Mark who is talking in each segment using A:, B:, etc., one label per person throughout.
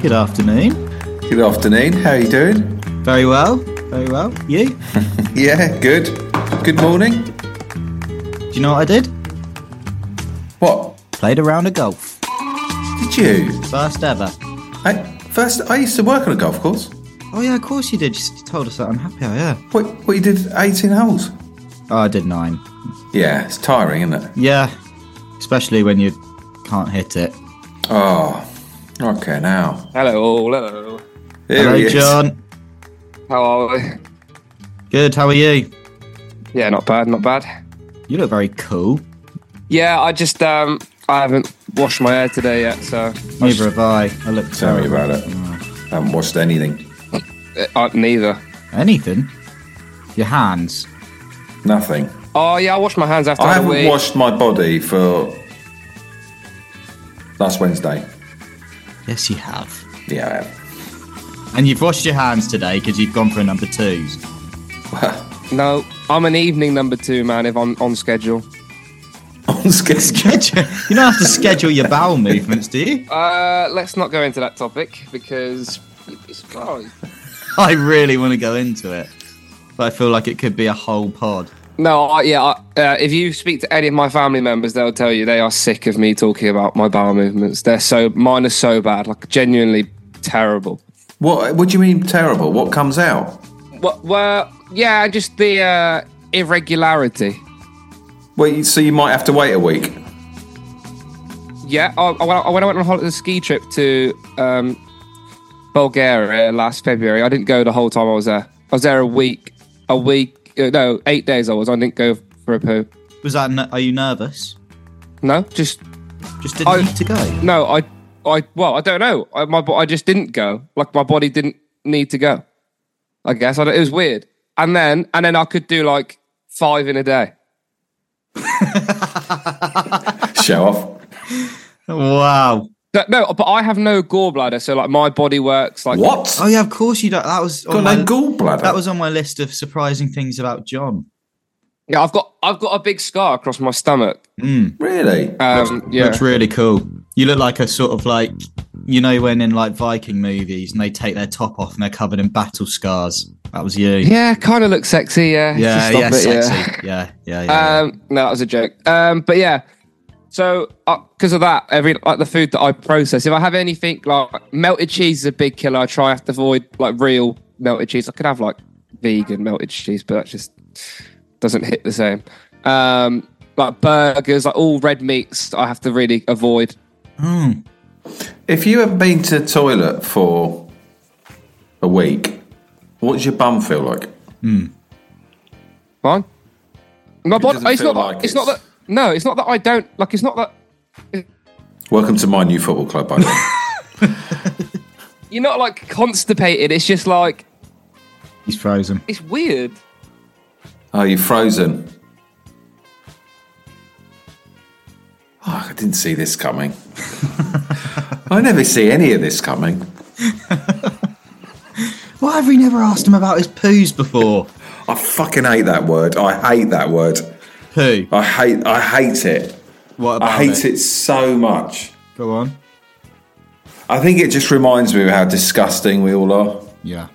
A: Good afternoon.
B: Good afternoon. How are you doing?
A: Very well. Very well. You?
B: Yeah, good. Good morning.
A: Do you know what I did?
B: What?
A: Played a round of golf.
B: Did you?
A: First ever.
B: I, first, I used to work on a golf course.
A: Oh yeah, of course you did. You s- told us that. I'm happy. Oh, yeah.
B: What, what you did 18 holes?
A: Oh, I did nine.
B: Yeah, it's tiring, isn't it?
A: Yeah. Especially when you can't hit it.
B: Oh, okay, now.
C: Hello, all. Hello.
B: Here
A: Hello,
B: he is.
A: John.
C: How are we?
A: Good. How are you?
C: Yeah, not bad, not bad.
A: You look very cool.
C: Yeah, I just um, I haven't washed my hair today yet, so I
A: Neither have I. I look.
B: Tell me
A: terrible.
B: about it. haven't watched anything.
C: just- uh, neither.
A: Anything? Your hands.
B: Nothing.
C: Oh yeah, I washed my hands after
B: I
C: the
B: haven't
C: week.
B: washed my body for last Wednesday.
A: Yes, you have.
B: Yeah, I have.
A: And you've washed your hands today because you've gone for a number twos.
C: No, I'm an evening number two man if I'm on schedule.
B: On schedule.
A: Schedule. you don't have to schedule your bowel movements, do you?
C: Uh, let's not go into that topic because it's oh,
A: I really want to go into it, but I feel like it could be a whole pod.
C: no, I, yeah. I, uh, if you speak to any of my family members, they'll tell you they are sick of me talking about my bowel movements. They're so mine are so bad, like genuinely terrible.
B: What, what do you mean terrible? What comes out?
C: Well, well yeah, just the uh, irregularity.
B: Well, you- so you might have to wait a week.
C: Yeah, I, I- when I when I went on holiday, the ski trip to um, Bulgaria last February, I didn't go the whole time I was there. I was there a week, a week, uh, no, eight days I was. I didn't go for a poo.
A: Was that? n- Are you nervous?
C: No, just
A: Just didn't
C: I-
A: need to go.
C: no. I, I, well, I don't know. I, my, bo- I just didn't go. Like my body didn't need to go. I guess I don't, it was weird. And then, and then I could do like five in a day.
B: Show off.
A: Wow.
C: No, no, but I have no gallbladder, so like my body works like
B: What?
A: Oh yeah, of course you don't. That was on
B: Got
A: my,
B: no gallbladder.
A: that was on my list of surprising things about John.
C: Yeah, I've got, I've got a big scar across my stomach.
B: really.
C: Um, yeah.
A: That's really cool. You look like a sort of like you know when in like Viking movies and they take their top off and they're covered in battle scars. That was you.
C: Yeah, kind of looks sexy. Yeah,
A: yeah,
C: Just
A: yeah,
C: stop it,
A: sexy. Yeah, yeah, yeah.
B: Uh,
A: yeah.
C: Um, no, that was a joke. Um, but yeah, so because of that, every like the food that I process, if I have anything like melted cheese is a big killer. I try have to avoid like real melted cheese. I could have like vegan melted cheese, but that just doesn't hit the same. Um, like burgers, like all red meats, I have to really avoid.
B: If you haven't been to the toilet for a week, what's your bum feel like?
C: Fine. My body.
B: doesn't
C: It's
B: feel
C: not. that-
B: like
C: it's not that.
B: it's-
C: No, it's not that I don't like. It's not that
B: Welcome to my new football club, by the way.
C: you're not like constipated. It's just like
A: He's frozen.
C: it's weird.
B: Oh, you're frozen. Oh, I didn't see this coming. I never see any of this coming.
A: Why have we never asked him about his poos before?
B: I fucking hate that word. I hate that word.
A: Poo.
B: I hate I hate it.
A: What about
B: I hate it so much.
A: Go on.
B: I think it just reminds me of how disgusting we all are.
A: Yeah.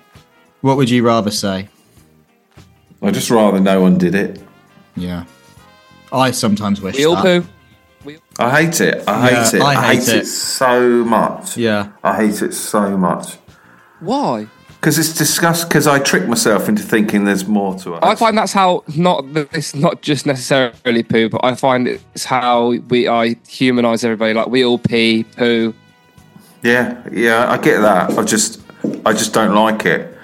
A: What would you rather say?
B: I'd just rather no one did it.
A: Yeah. I sometimes wish
C: We all
A: that.
C: poo.
B: I hate it. I hate
A: Yeah,
B: it.
A: I hate
B: it.
A: it.
B: so much.
A: Yeah.
B: I hate it so much.
C: Why?
B: Because it's disgust. Because I trick myself into thinking there's more to it.
C: I find that's how not that it's not just necessarily poo, but I find it's how we I humanize everybody. Like we all pee, poo.
B: Yeah, yeah, I get that. I just, I just don't like it.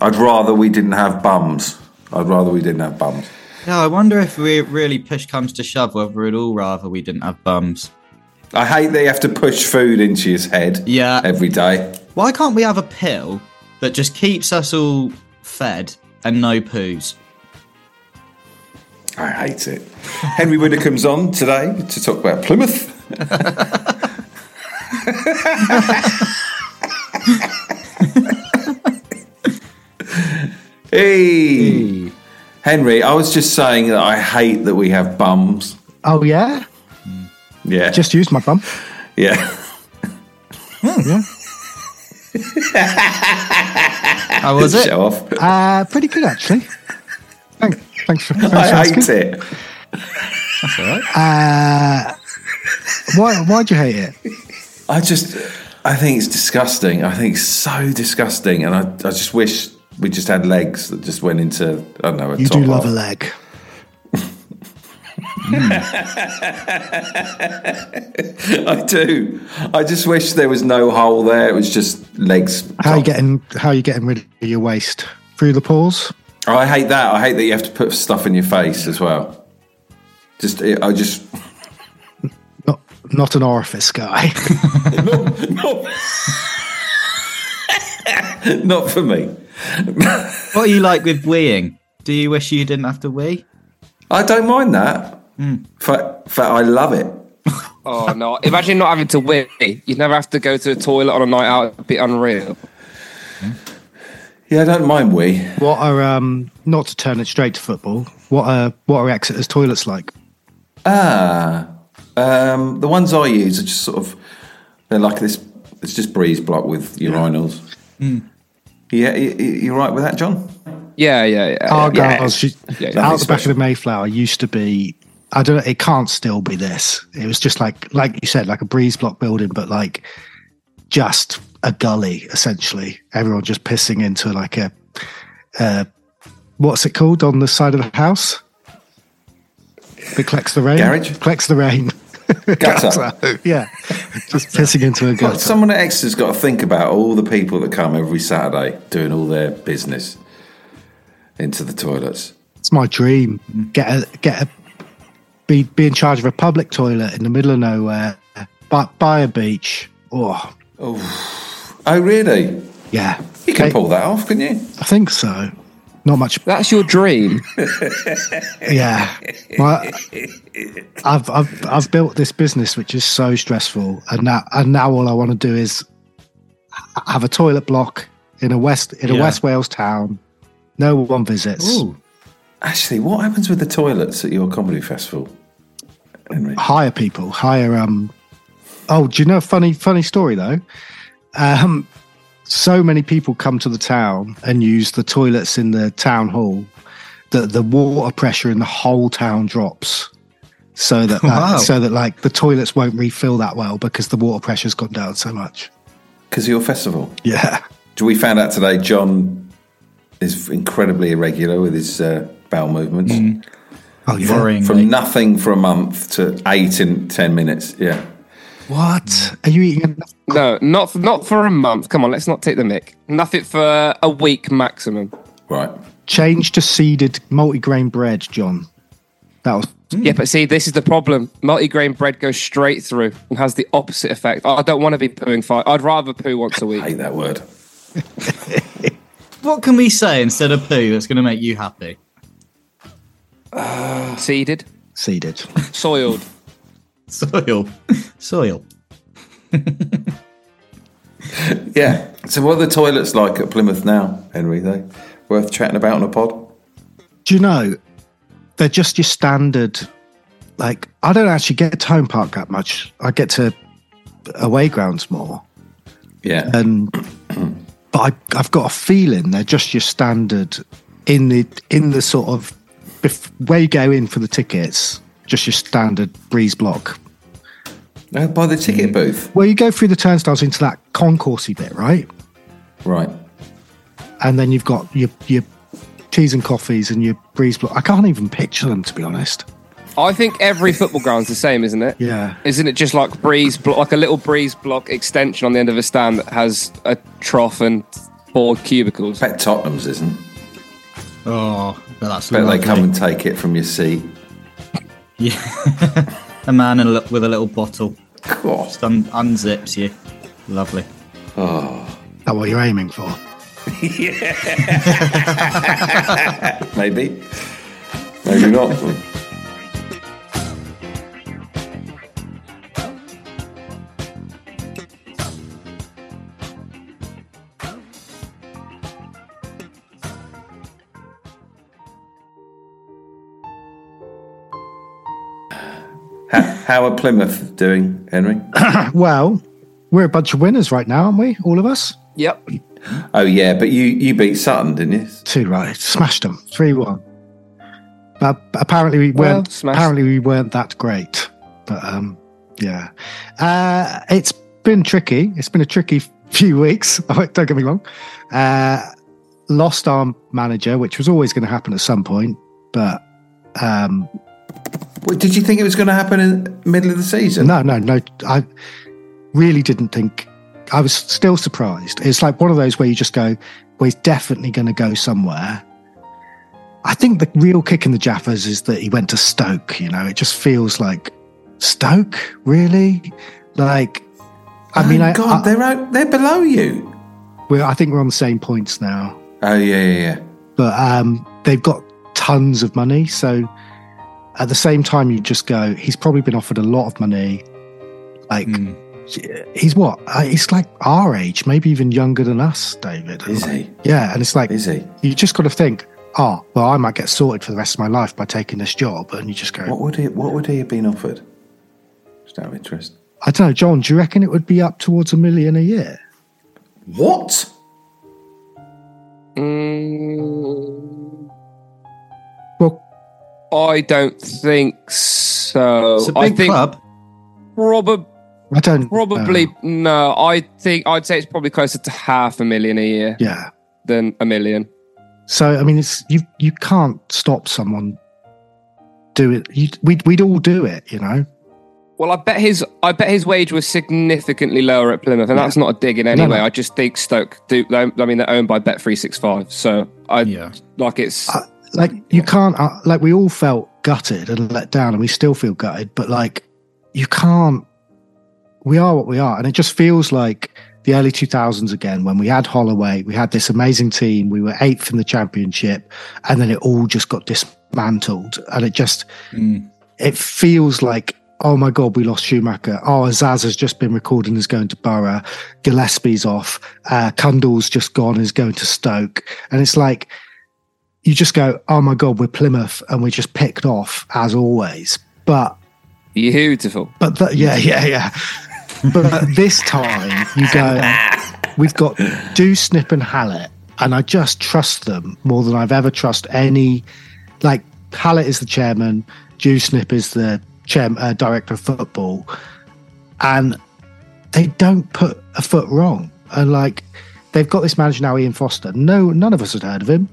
B: I'd rather we didn't have bums. I'd rather we didn't have bums.
A: Yeah, I wonder if we really push comes to shove whether we'd all rather we didn't have bums.
B: I hate that you have to push food into his head.
A: Yeah.
B: every day.
A: Why can't we have a pill that just keeps us all fed and no poos?
B: I hate it. Henry Widdicombe's on today to talk about Plymouth. hey. Henry, I was just saying that I hate that we have bums.
D: Oh yeah,
B: Yeah.
D: just use my bum.
B: yeah. Hmm.
D: Yeah,
A: How Oh, was it?
B: Show off.
D: uh, pretty good actually. Thank, thanks for, thanks for
B: I
D: asking.
B: hate it.
A: That's all right.
D: Uh, Why? Why do you hate it?
B: I just, I think it's disgusting. I think it's so disgusting, and I, I just wish we just had legs that just went into, I don't know, a
D: You
B: top
D: do love
B: half.
D: a leg.
B: I do. I just wish there was no hole there. It was just legs.
D: How are you getting? How are you getting rid of your waste through the pores?
B: Oh, I hate that. I hate that you have to put stuff in your face as well. Just, I just.
D: Not, not an orifice guy.
B: Not, not for me.
A: What are you like with weeing? Do you wish you didn't have to wee?
B: I don't mind that.
D: Hmm.
B: For, for I love it.
C: Oh no! Imagine not having to wee. You'd never have to go to the toilet on a night out. It'd be unreal.
B: Yeah, I don't mind we.
D: what are um? Not to turn it straight to football. What are what are Exeter's toilets like?
B: Ah, um, the ones I use are just sort of they're like this. It's just breeze block with urinals.
D: Hmm.
B: Yeah, y- y- you're right with that, John.
C: Yeah, yeah, yeah.
D: Argyle's Oh, she-
C: Yeah, yeah.
D: out the back
B: Special.
D: of the Mayflower used to be. I don't. know, It can't still be this. It was just like like you said, like a breeze block building, but like just a gully essentially. Everyone just pissing into like a uh, what's it called on the side of the house that collects the rain.
B: Garage?
D: collects the rain.
B: Gutter.
D: yeah, just pissing into a
B: God,
D: gutter.
B: someone at Exeter's got to think about all the people that come every Saturday doing all their business into the toilets.
D: It's my dream.
A: Mm.
D: Get a get a be be in charge of a public toilet in the middle of nowhere, but by a beach. Oh
B: Oh, really?
D: yeah,
B: You can
D: I,
B: pull that off, can you?
D: I think so. Not much.
C: That's your dream.
D: Yeah, My- I've I've I've built this business which is so stressful, and now and now all I want to do is h- have a toilet block in a west in a
A: Yeah.
D: West Wales town. No one visits.
A: Ooh.
B: Actually, what happens with the toilets at your comedy festival, Henry?
D: hire people, hire um oh, do you know a funny funny story though? Um so many people come to the town and use the toilets in the town hall that the water pressure in the whole town drops. So that,
A: Wow.
D: so that like the toilets won't refill that well because the water pressure's gone down so much.
B: Because of your festival.
D: Yeah.
B: We found out today John is incredibly irregular with his uh, bowel movements.
D: Oh yeah.
A: Worryingly.
B: From nothing for a month to eight in ten minutes. Yeah.
D: What? Are you eating enough?
C: No, not for, not for a month. Come on, let's not take the mick. Nothing for a week maximum.
B: Right.
D: change to seeded multigrain bread, John? That was
A: Hmm.
C: Yeah, but see, this is the problem. Multigrain bread goes straight through and has the opposite effect. I don't want to be pooing five. I'd rather poo once a
B: I
C: week.
B: hate that word.
A: What can we say instead of poo that's going to make you happy?
C: Seeded,
D: seeded.
C: soiled.
A: Soil. Soil.
B: Yeah. So what are the toilets like at Plymouth now, Henry? They worth chatting about on a pod?
D: do you know they're just your standard like i don't actually get to home park that much i get to away grounds more.
B: Yeah.
D: and but I, I've got a feeling they're just your standard in the in the sort of bef- where you go in for the tickets, just your standard breeze block.
B: Uh, by the ticket booth.
D: Well, you go through the turnstiles into that concourse bit, right?
B: Right.
D: And then you've got your your cheese and coffees and your breeze block. I can't even picture them to be honest.
C: I think every football ground's the same, isn't it?
D: Yeah.
C: Isn't it just like breeze, blo- like a little breeze block extension on the end of a stand that has a trough and four cubicles?
B: Bet Tottenham's isn't.
A: Oh, but that's
B: Bet
A: lovely.
B: they come and take it from your seat.
A: a man in a, li- with a little bottle
B: God.
A: just un- unzips you. Lovely.
D: That what you're aiming for?
B: Maybe. Maybe not. how, how are Plymouth doing, Henry?
D: Well, we're a bunch of winners right now, aren't we? All of us.
C: Yep.
B: Oh yeah, but you you beat Sutton, didn't you?
D: two right smashed them three one but apparently we
C: Well,
D: weren't
C: smashed.
D: apparently we weren't that great but um yeah uh it's been tricky it's been a tricky few weeks don't get me wrong uh lost our manager which was always going to happen at some point but um
B: Well, did you think it was going to happen in the middle of the season?
D: no no no i really didn't think i was still surprised it's like one of those where you just go well he's definitely going to go somewhere i think the real kick in the jaffers is that he went to stoke you know it just feels like stoke really like i mean
B: oh,
D: I,
B: God,
D: I,
B: they're out, they're below you.
D: we're, I think we're on the same points now
B: Oh yeah, yeah, yeah.
D: but um, they've got tons of money. So at the same time, you just go, he's probably been offered a lot of money. Like,
B: Hmm.
D: he's what? Uh, He's like our age, maybe even younger than us, David. And
B: Is
D: like-
B: he?
D: Yeah. And it's like,
B: Is he?
D: you just got to think, oh, well, I might get sorted for the rest of my life by taking this job. And you just go,
B: What would he? What would he have been offered? Just out of interest.
D: I don't know, John, do you reckon it would be up towards a million a year?
B: What?
C: Mm,
D: Well,
C: I don't think so.
A: It's a
C: Oh, I
A: big
C: think
A: club.
C: probably.
D: I don't um,
C: Probably
D: know.
C: no. I think I'd say it's probably closer to half a million a year
D: yeah.
C: than a million.
D: So I mean, it's you. You can't stop someone do it. You, we'd we'd all do it, you know.
C: Well, I bet his I bet his wage was significantly lower at Plymouth, and that's not a dig in any
D: No, no.
C: way. I just think Stoke do. I mean, they're owned by Bet Three Six Five, so I
A: Yeah.
C: like it's.
D: Uh, Like you can't. Uh, like we all felt gutted and let down, and we still feel gutted. But like, you can't. We are what we are, and it just feels like the early two thousands again when we had Holloway, we had this amazing team, we were eighth in the championship, and then it all just got dismantled, and it just it feels like oh my god we lost Schumacher oh Azaz has just been recorded and is going to Borough Gillespie's off uh, Cundall's just gone and is going to Stoke and it's like you just go oh my god we're Plymouth and we're just picked off as always but
C: Beautiful.
D: but th- yeah yeah yeah but this time you go we've got do snip and Hallett and I just trust them more than I've ever trust any like Hallett is the chairman, Dew Snip is the chair, uh, director of football, and they don't put a foot wrong. And like they've got this manager now, Ian Foster. No, none of us had heard of him,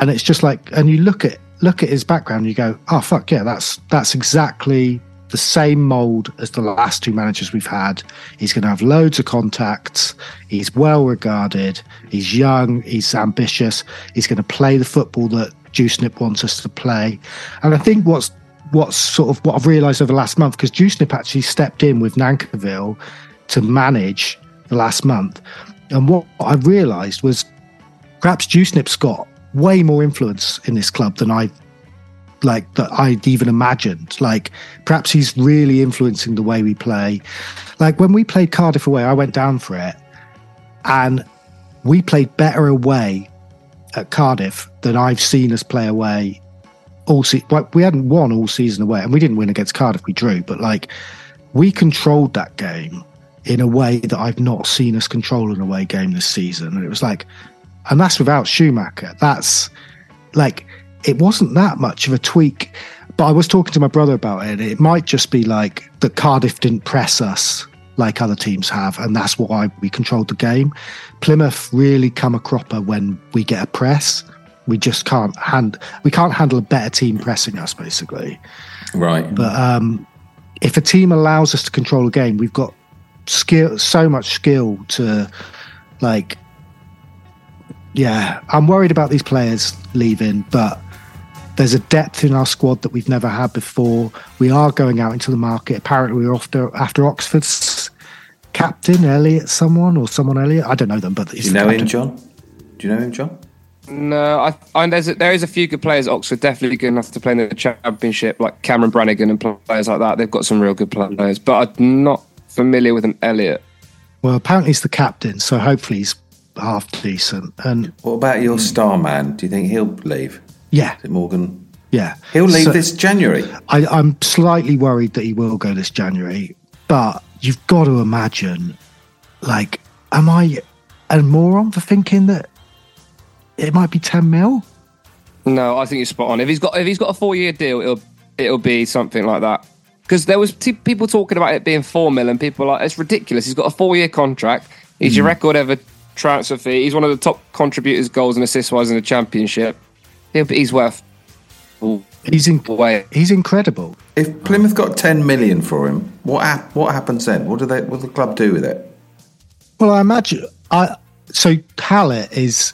D: and it's just like, and you look at look at his background, and you go, oh fuck yeah, that's that's exactly the same mold as the last two managers we've had. He's going to have loads of contacts. He's well regarded. He's young. He's ambitious. He's going to play the football that Juicenip wants us to play. And I think what's what's sort of what I've realised over the last month because Juicenip actually stepped in with Nankerville to manage the last month. And what I realised was perhaps Juicenip's got way more influence in this club than I like that I'd even imagined. Like perhaps he's really influencing the way we play. Like when we played Cardiff away, I went down for it, and we played better away at Cardiff than I've seen us play away all season. Like we hadn't won all season away, and we didn't win against Cardiff. We drew, but like we controlled that game in a way that I've not seen us control an away game this season. And it was like, and that's without Schumacher. That's like, it wasn't that much of a tweak. But I was talking to my brother about it. And it might just be like that Cardiff didn't press us like other teams have. And that's why we controlled the game. Plymouth really come a cropper when we get a press. We just can't hand we can't handle a better team pressing us basically.
B: Right.
D: But um, if a team allows us to control a game, we've got skill, so much skill to, like, yeah. I'm worried about these players leaving, but there's a depth in our squad that we've never had before. We are going out into the market. Apparently, we we're after after Oxford's captain Elliot, someone or someone Elliot. I don't know them, but
B: Do you know him, John? Do you know him, John?
C: No, I, I there's a, there is a few good players. at Oxford definitely good enough to play in the championship, like Cameron Brannigan and players like that. They've got some real good players, but I'm not familiar with an Elliot.
D: Well, apparently he's the captain, so hopefully he's half decent. And
B: What about your star man? Do you think he'll leave?
D: yeah,
B: Is it Morgan?
D: yeah,
B: He'll leave
D: So-
B: this January.
D: I, I'm slightly worried that he will go this January, but you've got to imagine, like, am I a moron for thinking that it might be 10 mil?
C: No, I think you're spot on. If he's got if he's got a four year deal, it'll it'll be something like that. Because there was t- people talking about it being four mil, and people are like it's ridiculous. He's got a four year contract. He's
B: Hmm.
C: your record ever transfer fee. He's one of the top contributors, goals and assist wise in the championship. He'll be, he's worth
D: He's in,
C: way.
D: he's incredible.
B: If Plymouth got ten million for him, what hap- what happens then? What do they? What does the club do with it?
D: Well, I imagine I so Hallett is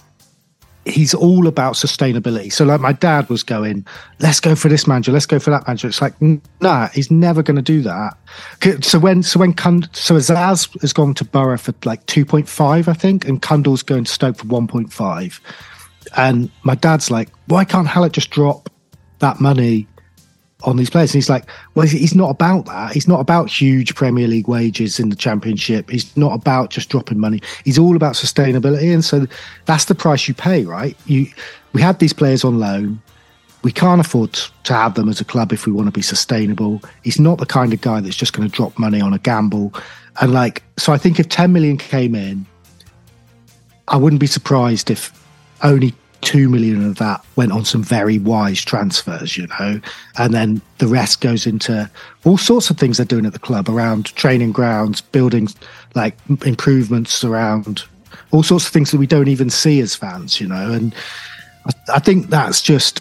D: he's all about sustainability. So like my dad was going, let's go for this manager, let's go for that manager. It's like "N- nah, he's never going to do that. 'Cause- So when so when Cund, so Azaz has gone to Borough for like two point five, I think, and Cundall's going to Stoke for one point five. And my dad's like, why can't Hallett just drop that money on these players. And he's like, well, he's- he's not about that. He's not about huge Premier League wages in the Championship. He's not about just dropping money. He's all about sustainability. And so that's the price you pay, right? You, we had these players on loan. We can't afford to have them as a club if we want to be sustainable. He's not the kind of guy that's just going to drop money on a gamble. And like, so I think if 10 million came in, I wouldn't be surprised if only two million of that went on some very wise transfers, you know, and then the rest goes into all sorts of things they're doing at the club around training grounds, building like m- improvements around all sorts of things that we don't even see as fans, you know, and I, I think that's just.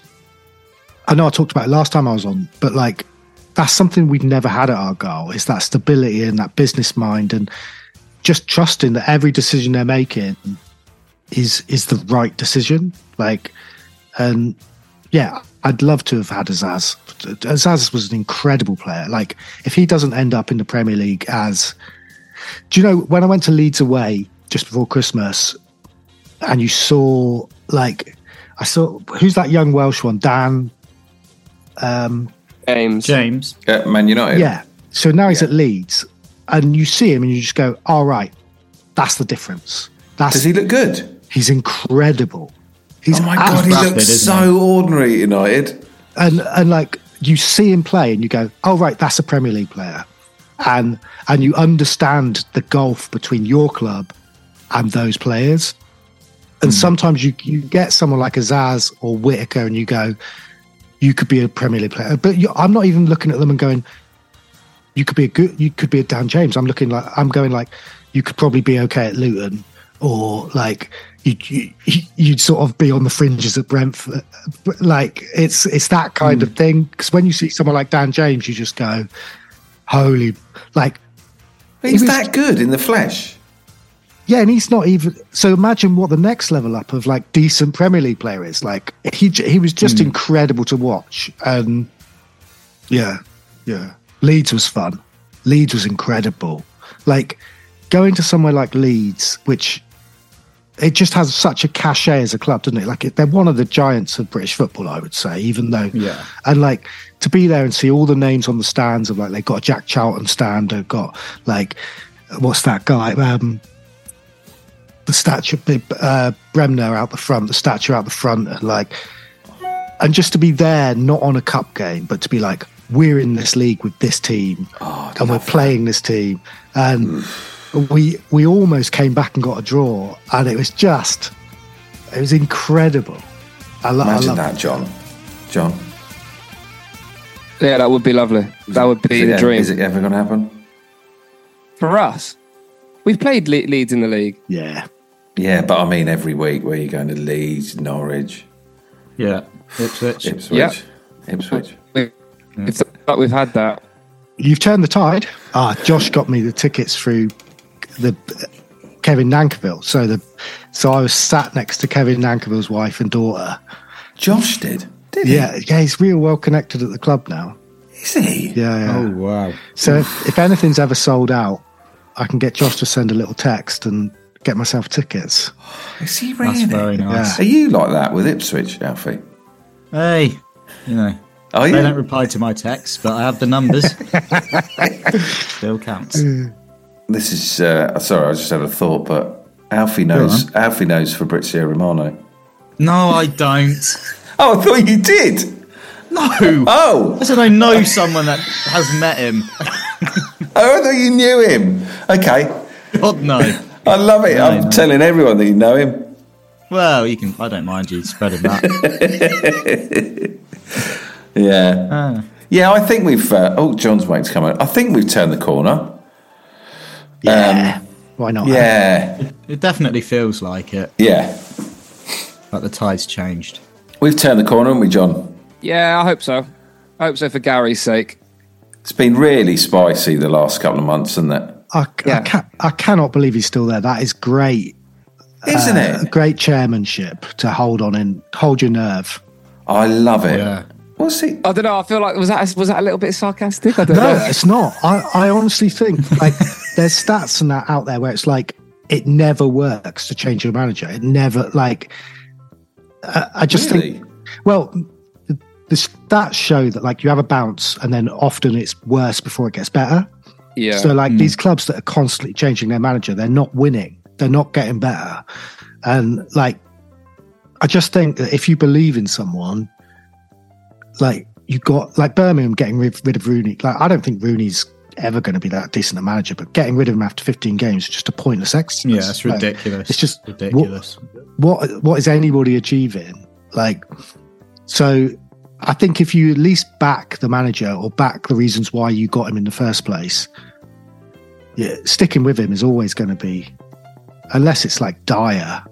D: I know I talked about it last time I was on, but like that's something we've never had at our goal is that stability and that business mind and just trusting that every decision they're making is is the right decision. Like, and yeah, I'd love to have had Azaz. Azaz was an incredible player. Like, if he doesn't end up in the Premier League as, do you know when I went to Leeds away just before Christmas, and you saw like, I saw who's that young Welsh one, Dan.
C: James.
A: James.
B: At Man United.
D: Yeah. So now he's at Leeds, and you see him, and you just go, all right, that's the difference. That's
B: Does he look good?
D: he's incredible. He's
B: Oh my god, he
A: Rapid,
B: looks
A: isn't
B: so ordinary at United.
D: and and like you see him play and you go, oh right, that's a Premier League player, and and you understand the gulf between your club and those players, and sometimes you you get someone like Azaz or Whitaker and you go, you could be a Premier League player, but you, I'm not even looking at them and going, you could be a good, you could be a Dan James. I'm looking like I'm going like you could probably be okay at Luton or like you, you you'd sort of be on the fringes at Brentford. Like it's it's that kind of thing because when you see someone like Dan James, you just go, holy, like
B: He's
D: was-
B: that good in the flesh.
D: yeah, and he's not even. So imagine what the next level up of like decent Premier League player is. Like he j- he was just incredible to watch. And yeah, yeah, Leeds was fun. Leeds was incredible. Like going to somewhere like Leeds, which it just has such a cachet as a club, doesn't it? Like it, they're one of the giants of British football, I would say. Even though,
A: Yeah.
D: and like to be there and see all the names on the stands of like they've got a Jack Charlton stand, they've got like what's that guy? Um, the statue of Bib- uh, Bremner out the front, the statue out the front, and like, and just to be there, not on a cup game, but to be
B: Oh,
D: like, we're in this league with this team, and we're playing this team, and
B: Mm.
D: we we almost came back and got a draw, and it was just, it was incredible. I, lo- I
B: Imagine
D: love
B: that, John. John.
C: Yeah, that would be lovely. That would be
B: is
C: the
B: it,
C: dream
B: Is it ever going to happen?
C: for us. We've played Le- Leeds in the league.
D: Yeah,
B: Yeah, but I mean every week where you're going to Leeds, Norwich,
A: Yeah. Ipswich.
B: Ipswich.
C: Yeah.
B: Ipswich.
C: We, it's like we've had that.
D: you've turned the tide. Ah, Josh got me the tickets through the Kevin Nankerville. So the so I was sat next to Kevin Nankerville's wife and daughter.
B: Josh did. Did he?
D: Yeah, yeah, he's real well connected at the club now.
B: Is he?
D: Yeah, yeah.
A: Oh wow.
D: So if, if anything's ever sold out, I can get Josh to send a little text and get myself tickets.
B: Is he really?
A: That's very nice.
B: Are you like that with Ipswich, Alfie?
A: Hey. You know.
B: Are you?
A: They don't reply to my texts, but I have the numbers. Still counts.
B: This is uh, sorry, I just had a thought, but Alfie knows. Alfie knows Fabrizio Romano.
A: No, I don't.
B: Oh, I thought you did.
A: No.
B: Oh,
A: I said I know someone that has met him.
B: oh, I thought you knew him. Okay,
A: God no.
B: I love it. I'm
A: no.
B: telling everyone that you know him.
A: Well, you can. I don't mind you spreading that.
B: Yeah, yeah. I think we've. Uh, oh, John's waiting to come in. I think we've turned the corner.
D: Yeah, why not?
B: Yeah,
A: It definitely feels like it.
B: yeah.
A: Like the tide's changed.
B: We've turned the corner, haven't we, John?
C: Yeah, I hope so. I hope so for Gary's sake.
B: It's been really spicy the last couple of months, isn't it?
D: I, I,
C: Yeah.
D: can I cannot believe he's still there. That is great.
B: Isn't it?
D: Great chairmanship to hold on and hold your nerve.
B: I love it.
A: Yeah.
B: What's he?
C: I don't know. I feel like was that was that a little bit sarcastic? I don't
D: No,
C: know.
D: it's not. I, I honestly think like there's stats and that out there where it's like it never works to change your manager. It never like I, I just think
B: Really?
D: Well, the, the stats show that like you have a bounce, and then often it's worse before it gets better.
C: Yeah.
D: So like these clubs that are constantly changing their manager, they're not winning. They're not getting better. And like, I just think that if you believe in someone, like you got like Birmingham getting rid, rid of Rooney. Like I don't think Rooney's ever going to be that decent a manager, but getting rid of him after 15 games is just a pointless exercise.
A: Yeah, it's
D: Like,
A: ridiculous.
D: it's just what-
A: ridiculous.
D: what what is anybody achieving? Like, so I think if you at least back the manager or back the reasons why you got him in the first place, yeah, sticking with him is always going to be, unless it's like dire.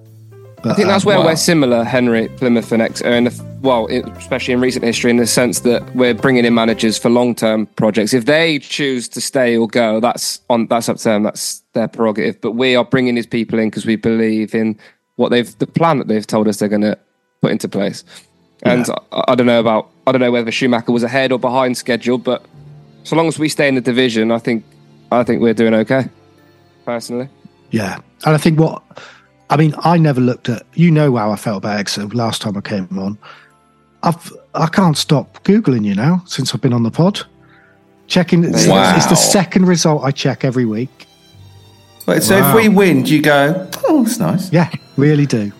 C: I
D: But,
C: think that's
D: um,
C: where
B: wow.
C: we're similar, Henry, Plymouth and Exeter, in the, well, in- especially in recent history, in the sense that we're bringing in managers for long-term projects. If they choose to stay or go, that's on that's up to them. That's their prerogative. But we are bringing these people in because we believe in what they've the plan that they've told us they're going to put into place. And I, I don't know about I don't know whether Schumacher was ahead or behind schedule, but so long as we stay in the division, I think I think we're doing okay. Personally,
D: yeah, and I think what I mean, I never looked at you know how I felt about Exeter last time I came on. I've I can't stop googling you now since I've been on the pod, checking. It's,
B: Wow.
D: it's the second result I check every week.
B: Wait, so if we win, do you go? Oh, it's nice.
D: Yeah, really do.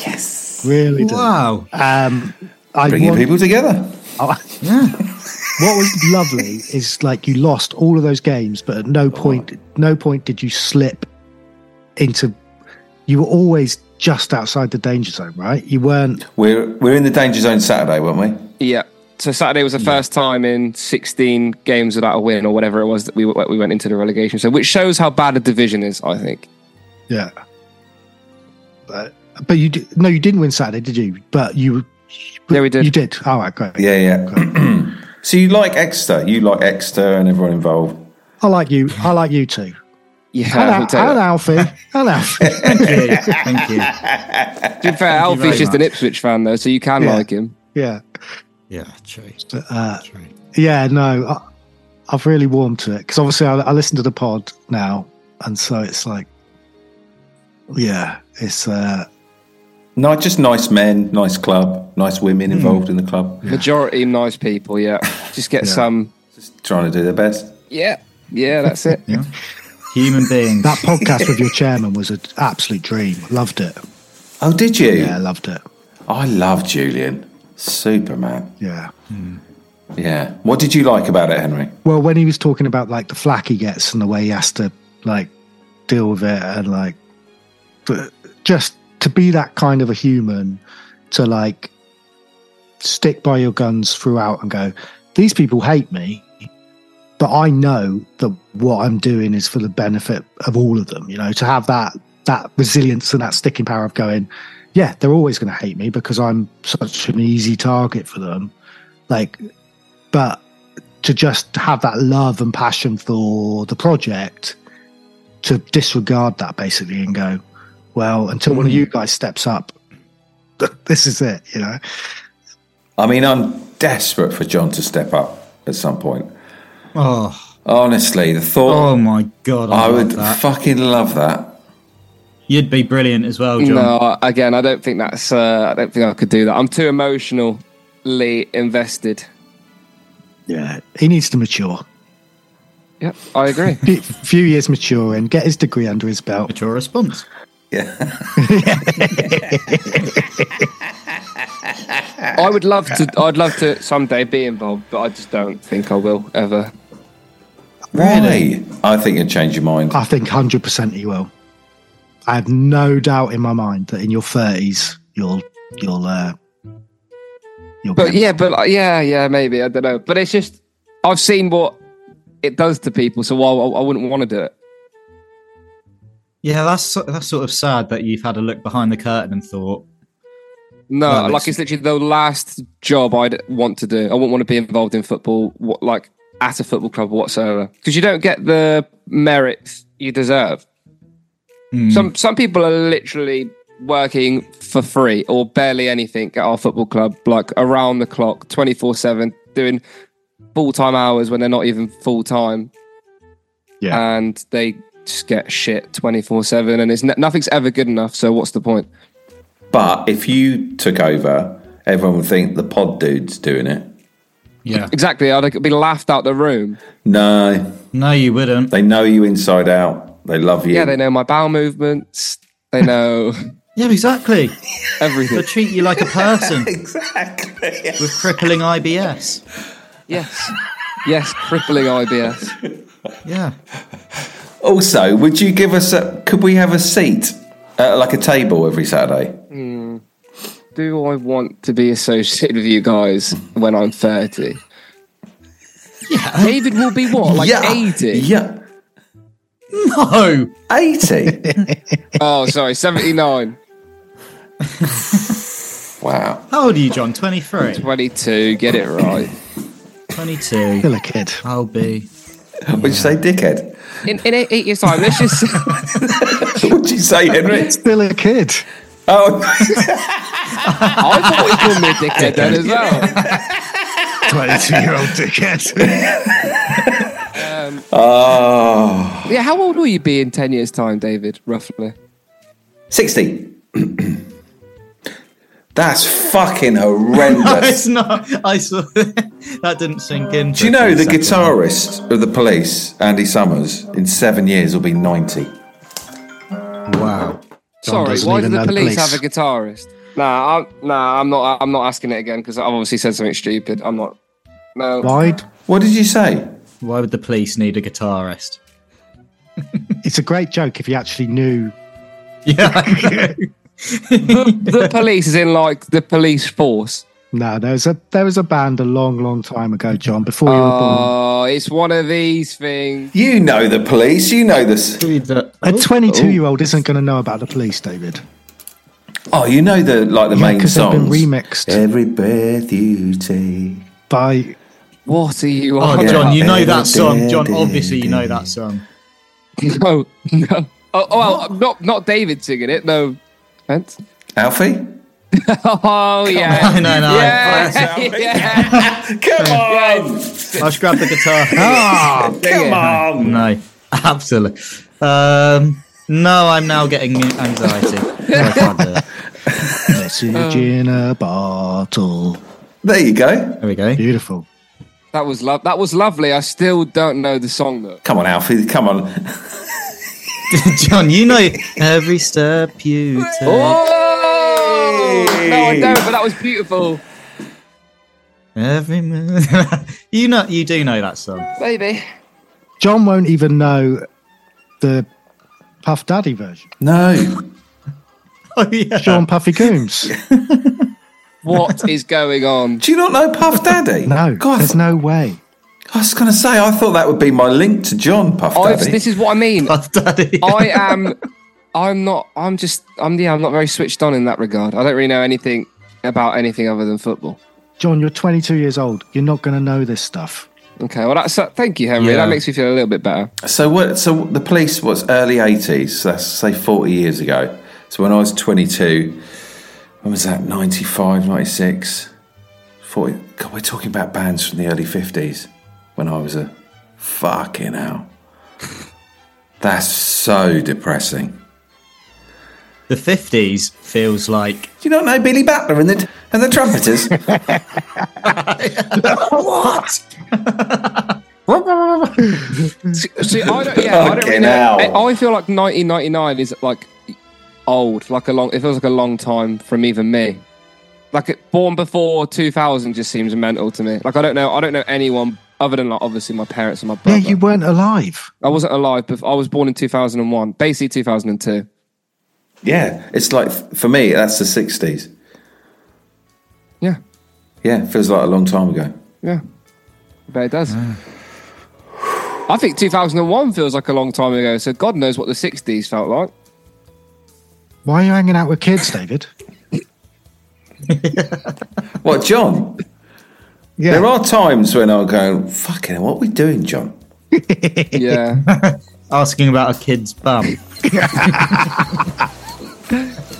D: Yes, really do.
A: Wow.
D: Um, I
B: Bringing
D: want-
B: people together.
D: what was lovely is like you lost all of those games, but at no point, no point did you slip into. You were always just outside the danger zone, right? You weren't.
B: We're we're in the danger zone Saturday, weren't we?
C: Yeah. So Saturday was the first time in 16 games without a win or whatever it was that we we went into the relegation. So which shows how bad the division is, I think.
D: Yeah. But but you did, no, you didn't win Saturday, did you? But you.
C: Yeah, we did.
D: You did. All right, great.
B: Yeah, yeah. so you like Exeter? You like Exeter and everyone involved?
D: I like you. I like you too.
C: Yeah.
D: Hello,
C: I'll take that.
D: hello, Alfie. Hello, Alfie.
A: Thank you. Thank you.
C: to be fair, Alfie's
A: very
C: just an
A: much.
C: Ipswich fan though, so you can
D: Yeah.
C: like him.
D: Yeah. uh,
A: Yeah, true.
D: Yeah, no, I, I've really warmed to it because obviously I, I listen to the pod now, and so it's like, yeah, it's uh,
B: No, just nice men, nice club, nice women involved in the club,
C: Majority nice people, yeah. Just get some
B: trying to do their best.
C: Yeah. Yeah, that's it.
A: Human beings.
D: that podcast with your chairman was an absolute dream. Loved it.
B: Oh, did you?
D: Yeah, loved it.
B: I love Julian. Superman.
D: Yeah.
B: Yeah. What did you like about it, Henry?
D: Well, when he was talking about like the flack he gets and the way he has to like deal with it and like but just to be that kind of a human to like stick by your guns throughout and go these people hate me but i know that what i'm doing is for the benefit of all of them you know to have that that resilience and that sticking power of going yeah they're always going to hate me because i'm such an easy target for them like but to just have that love and passion for the project to disregard that basically and go well until one of you guys steps up this is it you know
B: I mean, I'm desperate for John to step up at some point.
A: Oh,
B: Honestly, the thought
A: oh my god! I,
B: I
A: love
B: would
A: that.
B: fucking love that.
A: You'd be brilliant as well, John.
C: No, I- again, I don't think that's. Uh, I don't think I could do that. I'm too emotionally invested.
D: yeah he needs to mature
C: Yep, I agree.
D: Few- few years mature and get his degree under his belt
A: Mature response.
B: Yeah,
C: I would love to. I'd love to someday be involved, but I just don't think I will ever.
B: really? I think you'd change your mind.
D: i think 100% he will i have no doubt in my mind that in your 30s you'll you'll uh you'll
C: But
D: be-
C: yeah, but like, yeah, yeah, maybe I don't know. But it's just I've seen what it does to people, so why I, I wouldn't want to do it.
A: Yeah, that's so- that's sort of sad that you've had a look behind the curtain and thought,
C: No,
A: No,
C: like
A: it's-
C: it's literally the last job I'd want to do. I wouldn't want to be involved in football, what, like at a football club whatsoever, because you don't get the merits you deserve. Some some people are literally working for free or barely anything at our football club, like around the clock, twenty four seven, doing full time hours when they're not even full time,
D: yeah
C: and they just get shit twenty four seven, and it's n- nothing's ever good enough. So what's the point?
B: But if you took over, everyone would think the pod dude's doing it.
A: yeah,
C: Exactly, I'd be laughed out the room.
B: No,
A: no, you wouldn't.
B: they know you inside out. They love you.
C: Yeah, they know my bowel movements. They know
A: Yeah, exactly. They'll
C: everything.
A: treat you like a person
B: Exactly.
A: with crippling IBS.
C: yes. Yes, crippling IBS.
A: Yeah,
B: Also, would you give us a? Could we have a seat, uh, like a table, every Saturday?
C: Do I want to be associated with you guys when I'm 30? Yeah. David will be what? Like 80?
B: Yeah,
A: no,
B: eighty.
C: Oh, sorry, 79.
B: wow.
A: how old are you, John? 23?
C: 22. Get it right.
A: 22.
D: still a kid
A: I'll be.
B: Would you say, dickhead?
C: In, in eight, eight years' time, let's just.
B: Would you say, Henry?
D: still a kid
B: Oh,
C: I thought he called me a dickhead then as well.
D: 22 year old dickhead
B: oh.
C: Yeah, how old will you be in 10 years' time, David, roughly?
B: 60. That's fucking
A: No, it's
B: horrendous.
A: not. I saw that didn't sink in.
B: Do you know the guitarist of the police, Andy Summers, in seven years will be 90?
D: wow
C: Sorry,
D: doesn't
C: why do
D: even
C: the
D: know the
C: police,
D: police.
C: have a guitarist? Nah, I'm, nah, I'm not. I'm not asking it again because I've obviously said something stupid. I'm not. No,
D: wide
B: What did you say?
A: Why would the police need a guitarist?
D: it's a great joke if you actually knew
A: Yeah, I know.
C: the police is in like the police force.
D: No, there was a there was a band a long, long time ago, John, before you were
B: Uh,
D: born.
C: Oh, it's one of these things.
B: You know the police. You know this.
A: We do-
D: A
C: Oh,
D: twenty-two-year-old isn't going to know about the police, David,
B: Oh, you know the like the main
D: because they've been
B: songs.
D: remixed
B: Every breath you take.
D: by.
C: What are you on?
A: Oh,
C: about?
A: John, you know that song. John, obviously you know that song.
C: No, no. Oh, oh well, not not David singing it. No offense.
B: Alfie?
C: Oh yeah,
A: No, no, no.
C: yeah, yeah.
B: Come on!
A: I'll just grab the guitar.
C: Ah.
B: Come on!
A: No, absolutely. Um, no, I'm now getting anxiety. No, I can't do it.
D: Message in a bottle.
B: There you go.
A: There we go.
D: Beautiful.
C: That was love. That was lovely. I still don't know the song though.
B: Come on, Alfie. Come on.
A: John, you know every step you take.
C: Oh no, I
B: Hey.
C: don't. But that was beautiful,
A: Every mo- you know, you do know that song.
C: baby.
D: John won't even know the Puff Daddy version.
B: No.
A: Oh
B: Uh.
A: yeah.
D: Sean Puffy Coombs.
C: What is going on?
B: Do you not know Puff Daddy?
D: No,
B: God,
D: there's no Oh, way.
B: I was going to say, I thought that would be my link to John Puff
C: I've,
B: Daddy.
C: this is what I mean.
A: Puff Daddy.
C: I am. I'm not. I'm just. I'm. Yeah. I'm not very switched on in that regard. I don't really know anything about anything other than football.
D: John, you're 22 years old. You're not going to know this stuff.
C: Okay. Well, that's. Uh, thank you, Henry.
A: Yeah.
C: That makes me feel a little bit better.
B: so what? So the police was early eighties. So that's say forty years ago. So when I was twenty two, when was that? 95, 96, 40. God, we're talking about bands from the early fifties. When I was a fucking hell. That's so depressing.
A: the fifties feels like
B: Do you not know Billy Butler and the and the trumpeters? what?
C: See, see, I don't. Yeah. I don't really
B: Fucking
C: know.
B: hell.
C: I I feel like 1999 is like old. Like a long. It feels like a long time from even me. Like it, born before 2000 just seems mental to me. Like I don't know. I don't know anyone other than like obviously my parents and my brother.
B: uh,
D: Yeah, you weren't alive.
C: I wasn't alive. Before, I was born in 2001. Basically 2002.
B: Yeah, it's like for me, that's the sixties.
C: Yeah.
B: Yeah, it feels like a long time ago.
C: Yeah, I bet it does. I think 2001 feels like a long time ago, so God knows what the 60s felt like.
D: Why are you hanging out with kids, David?
B: What, John?
D: Yeah.
B: There are times when I go, "Fucking, hell, what are we doing, John?"
C: Yeah.
A: asking about a kid's bum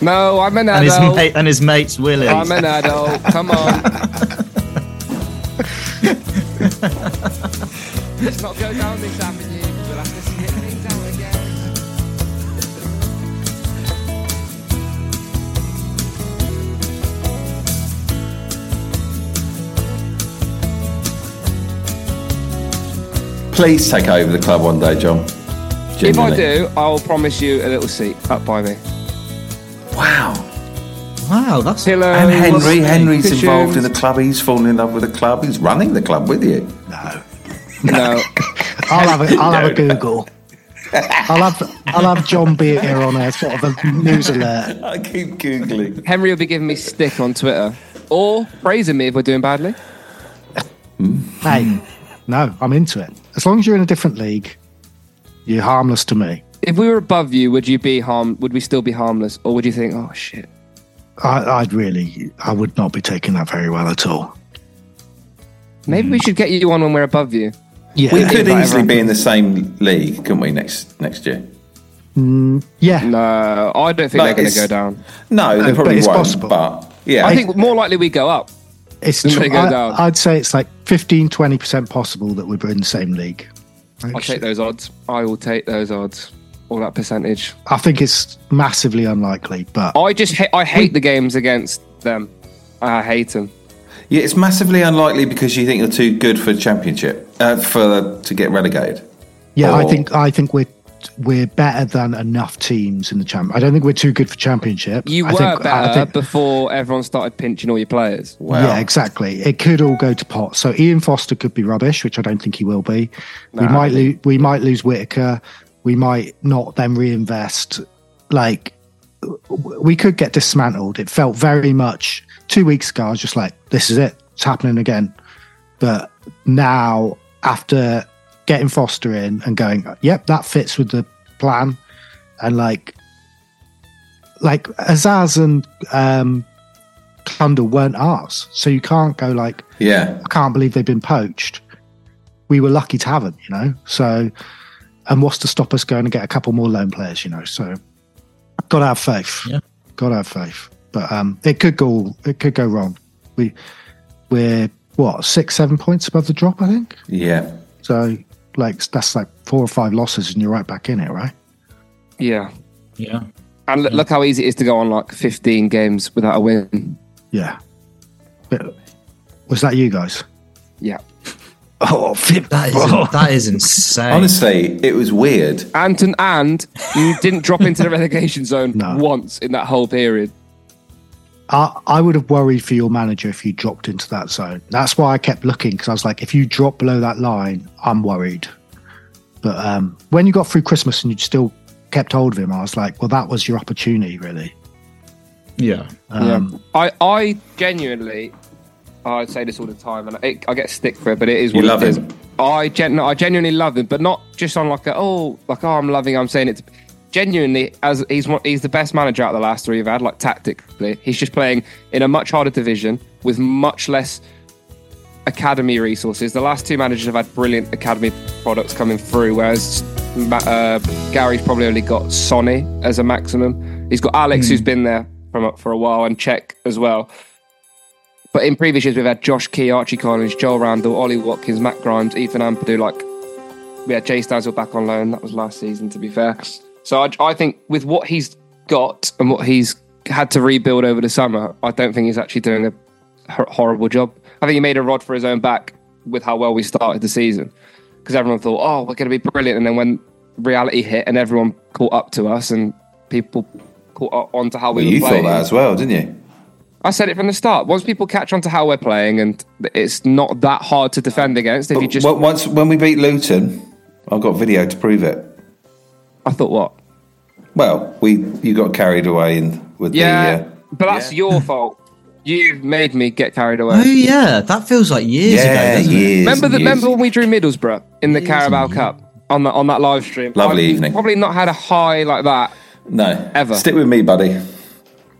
C: no, I'm an
A: and his
C: adult.
A: mate and his mate's willing.
C: I'm an adult. Come on. Let's not go down this avenue. We'll have to sit things out again.
B: Please take over the club one day, John.
C: If I
B: Genuinely.
C: do, I'll promise you a little seat up by me.
B: wow.
A: Wow, that's
C: Pillow.
B: And Henry,
A: lovely.
B: Henry's
C: Cushions.
B: involved in the club. He's fallen in love with the club. He's running the club with you.
D: No.
C: No.
D: I'll have a, I'll have a Google. I'll have I'll have John Beer on a sort of a news alert.
B: I keep googling.
C: Henry will be giving me stick on Twitter or praising me if we're doing badly.
D: Hey, no, I'm into it. As long as you're in a different league, you're harmless to me.
C: If we were above you, would you be harm? Would we still be harmless, or would you think, "Oh shit"?
D: I, I'd really I would not be taking that very well at all.
C: Maybe we should get you on when we're above you.
D: Yeah,
B: We could
C: Whatever
B: easily be
C: happens.
B: in the same league, couldn't we? Next next year.
D: yeah.
C: No, I don't think
B: No,
C: they're going
B: it's-
C: to go down.
B: No, they
C: Uh,
D: but
B: probably
D: it's
B: won't.
D: possible.
B: But yeah,
C: I think more likely we go up.
D: It's
C: Then
D: tw-
C: they go down.
D: I, would say it's like 15 20 percent possible that we're in the same league.
C: I'll take those odds. I will take those odds. All that percentage.
D: I think it's massively unlikely, but
C: I just ha- I hate the games against them. I hate them.
B: yeah, it's massively unlikely because you think you're too good for championship uh, for to get relegated.
D: yeah, I
B: Or-
D: think I think we're we're better than enough teams in the champ. I don't think we're too good for championship.
C: You
D: I
C: were
D: think, I
C: better
D: think-
C: before everyone started pinching all your players.
B: Wow.
D: Yeah, exactly. It could all go to pot. So Ian Foster could be rubbish, which I don't think he will be. we might lose. We might lose Whitaker. We might not then reinvest. Like w- we could get dismantled. It felt very much two weeks ago. I was just like, "This is it. It's happening again." But now, after getting Foster in and going, "Yep, that fits with the plan," and like, like Azaz and um, Thunder weren't ours, so you can't go like,
B: Yeah.
D: I can't believe they've been poached. We were lucky to have them, you know. So, and what's to stop us going and get a couple more loan players, you know? So, gotta have faith.
A: Yeah.
D: Gotta have faith. But um, it could go. It could go wrong. We we're what six, seven points above the drop, I think.
B: Yeah.
D: So, like that's like four or five losses, and you're right back in it, right?
C: Yeah, Mm.
A: Yeah.
C: and look, look how easy it is to go on like 15 games without a win.
D: Yeah. But was that you guys?
C: Yeah,
D: Oh, Fib-
A: That is that is insane.
B: Honestly, it was weird.
C: Anton and you didn't drop into the relegation zone
D: No.
C: once in that whole period.
D: I, I would have worried for your manager if you dropped into that zone. That's why I kept looking because I was like, if you drop below that line, I'm worried. But um, when you got through Christmas and you still kept hold of him, I was like, well, that was your opportunity, really.
A: Yeah.
D: Um,
C: yeah. I, I genuinely, I say this all the time, and it, I get stick for it, but it is
B: You
C: what it
B: love
C: is.
B: him.
C: I gen, I genuinely love him, but not just on like a oh, like oh, I'm loving. I'm saying it. Genuinely, as he's one- he's the best manager out of the last three we've had. Like tactically, he's just playing in a much harder division with much less academy resources. The last two managers have had brilliant academy products coming through, whereas Ma- uh, Gary's probably only got Sonny as a maximum. He's got Alex, who's been there from for a while, and Czech as well. But in previous years, we've had Josh Key, Archie Collins, Joel Randall, Ollie Watkins, Matt Grimes, Ethan Ampadu. Like, we had Jay Stansel back on loan. That was last season, to be fair. So I, I think with what he's got and what he's had to rebuild over the summer, I don't think he's actually doing a hor- horrible job. I think he made a rod for his own back with how well we started the season because everyone thought, oh, we're going to be brilliant. And then when reality hit and everyone caught up to us and people caught up onto how we
B: Well,
C: were
B: you thought
C: playing,
B: that as well, didn't you?
C: I said it from the start. Once people catch on to how we're playing, and it's not that hard to defend against. If you just,
B: Well, Once when we beat Luton, I've got video to prove it.
C: I thought what?
B: Well, we you got carried away in with
C: Yeah,
B: the. Uh,
C: but that's
E: Yeah.
C: your fault. You've made me get carried
A: Oh
C: away.
A: yeah, that feels like years
B: yeah,
A: ago. Doesn't It?
B: years
C: Remember
B: and
C: the
B: years.
C: remember when we drew Middlesbrough in the Carabao Cup on the, on that live stream?
B: Lovely
C: I've
B: evening.
C: Probably not had a high like that,
B: No,
C: Ever.
B: Stick with me, buddy.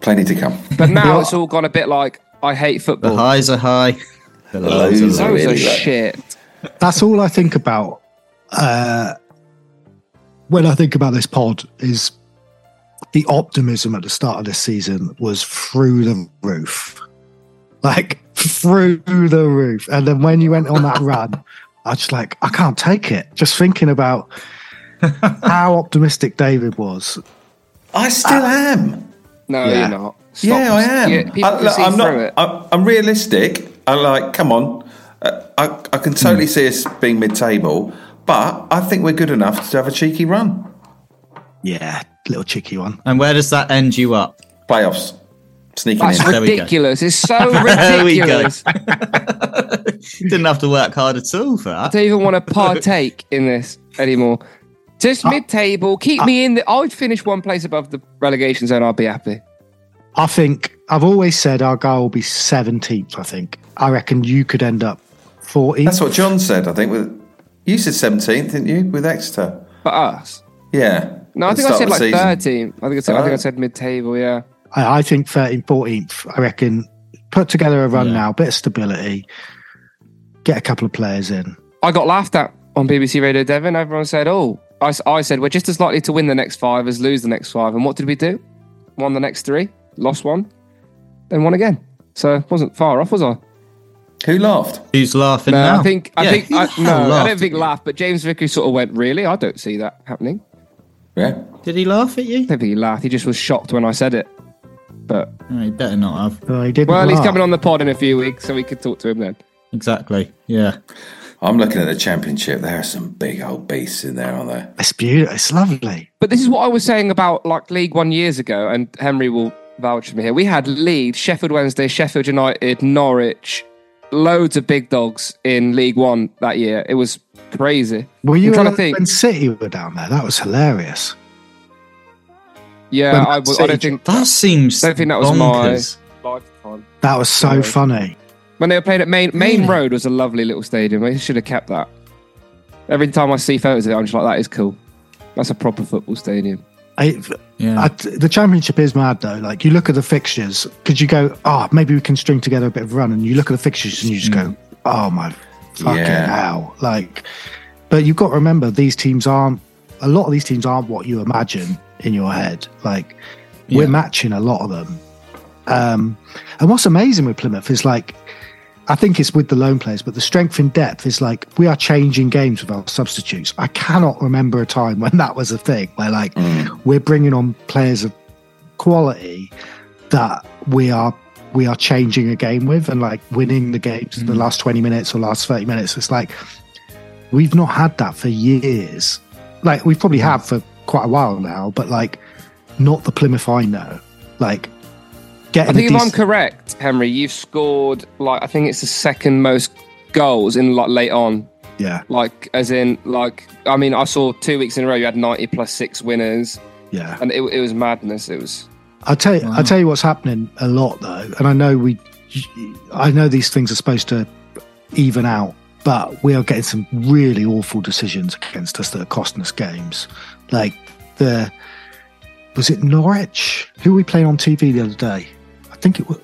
B: Plenty to come.
C: but now it's all gone a bit like I hate
A: The
C: football.
A: highs are high. The lows
B: lows
A: are
B: are
A: low.
B: really
C: Those are
B: low.
C: shit.
D: that's all I think about uh, when I think about this pod is the optimism at the start of this season was through the roof, like through the roof. And then when you went on that run, I was just like, I can't take it. Just thinking about how optimistic David was.
B: I still am.
C: No,
D: Yeah.
C: you're not. Stop.
B: Yeah, I am.
C: Yeah, people
B: I,
C: can see
B: am
C: through it.
B: I, I'm realistic. I'm like, come on. Uh, I, I can totally
A: Hmm.
B: see us being mid-table, but I think we're good enough to have a cheeky run.
D: Yeah, little cheeky one.
A: And where does that end you up?
B: Playoffs, sneaking
C: That's
B: in.
A: There we go.
C: ridiculous. It's so
A: There we go.
C: ridiculous.
A: You didn't have to work hard at all for that.
C: don't even want to partake in this anymore. Just
B: Uh,
C: mid table, keep me in. The, I'd finish one place above the relegation zone. I'll be happy.
D: I think I've always said our guy will be 17th, I think. I reckon you could end up 14th.
B: That's what John said. I think with you said 17th, didn't you? With Exeter,
C: For us,
B: yeah.
C: no, I
B: At the
C: think I
B: start
C: said
B: of
C: like
B: the season. Uh.
C: thirteen. I think I said, I think I
B: Alright.
C: said mid table. Yeah,
D: I, I think 13th, 14th, I reckon put together a run now, bit of stability, get a couple of players in.
C: I got laughed at on BBC Radio Devon. Everyone said, "Oh, I, s- I said we're just as likely to win the next five as lose the next five. And what did we do? Won the next three, lost one, then won again. So wasn't far off, was I?
B: Who laughed?
A: Who's laughing
C: No,
A: now?
C: I think I
A: Yeah,
C: think
A: who
C: I,
A: the hell
C: no, I don't
A: laughed
C: think
A: at you?
C: laughed, but James Vickers sort of went, "Really? I don't see that happening."
B: Yeah.
A: Did he laugh at you?
C: I don't think he laughed. He just was shocked when I said it. But
A: No, he better not have.
D: Well, he did
C: well, he's coming on the pod in a few weeks, so we could talk to him then.
A: Exactly. Yeah.
B: I'm looking at the championship. There are some big old beasts in there, aren't there?
D: It's beautiful. It's lovely.
C: But this is what I was saying about like League One years ago, and Henry will vouch for me here. We had Leeds, Sheffield Wednesday, Sheffield United, Norwich, loads of big dogs in League One that year. It was crazy.
D: Were you
C: I'm trying
D: alive
C: to think?
D: when City were down there? That was hilarious.
C: Yeah,
D: when
C: I, w- I don't
D: City-
C: think
A: That seems.
C: Don't think that was my-
A: bonkers.
C: lifetime.
D: That was so
C: Sorry.
D: funny.
C: When they were playing at Main Main Road was a lovely little stadium. They should have kept that. Every time I see photos of it, I'm just like, that is cool. That's a proper football stadium.
D: I,
A: Yeah.
D: I, the championship is mad though. Like you look at the fixtures, because you go, oh, maybe we can string together a bit of run, and you look at the fixtures and you just
C: Mm.
D: go, oh my fucking
B: Yeah.
D: hell! Like, but you've got to remember these teams aren't. A lot of these teams aren't what you imagine in your head. Like we're
A: Yeah.
D: matching a lot of them. Um, and what's amazing with Plymouth is like, I think it's with the loan players, but the strength in depth is like we are changing games with our substitutes. I cannot remember a time when that was a thing where like we're bringing on players of quality that we are we are changing a game with and like winning the games in
C: Mm.
D: the last 20 minutes or last 30 minutes it's like we've not had that for years like we probably
C: Mm.
D: have for quite a while now but like not the plymouth i know like
C: I
D: getting a
C: think if I'm
D: decent-
C: correct, Henry, you've scored like I think it's the second most goals in like late on
D: Yeah.
C: Like, as in, like, I mean, I saw two weeks in a row you had 90 plus six winners,
D: Yeah.
C: and it, it was madness. It was.
D: I'll tell you, I'll tell you what's happening a lot though, and I know we, I know these things are supposed to even out, but we are getting some really awful decisions against us that are costing us games. Like the, was it Norwich who we played on TV the other day? I think it was.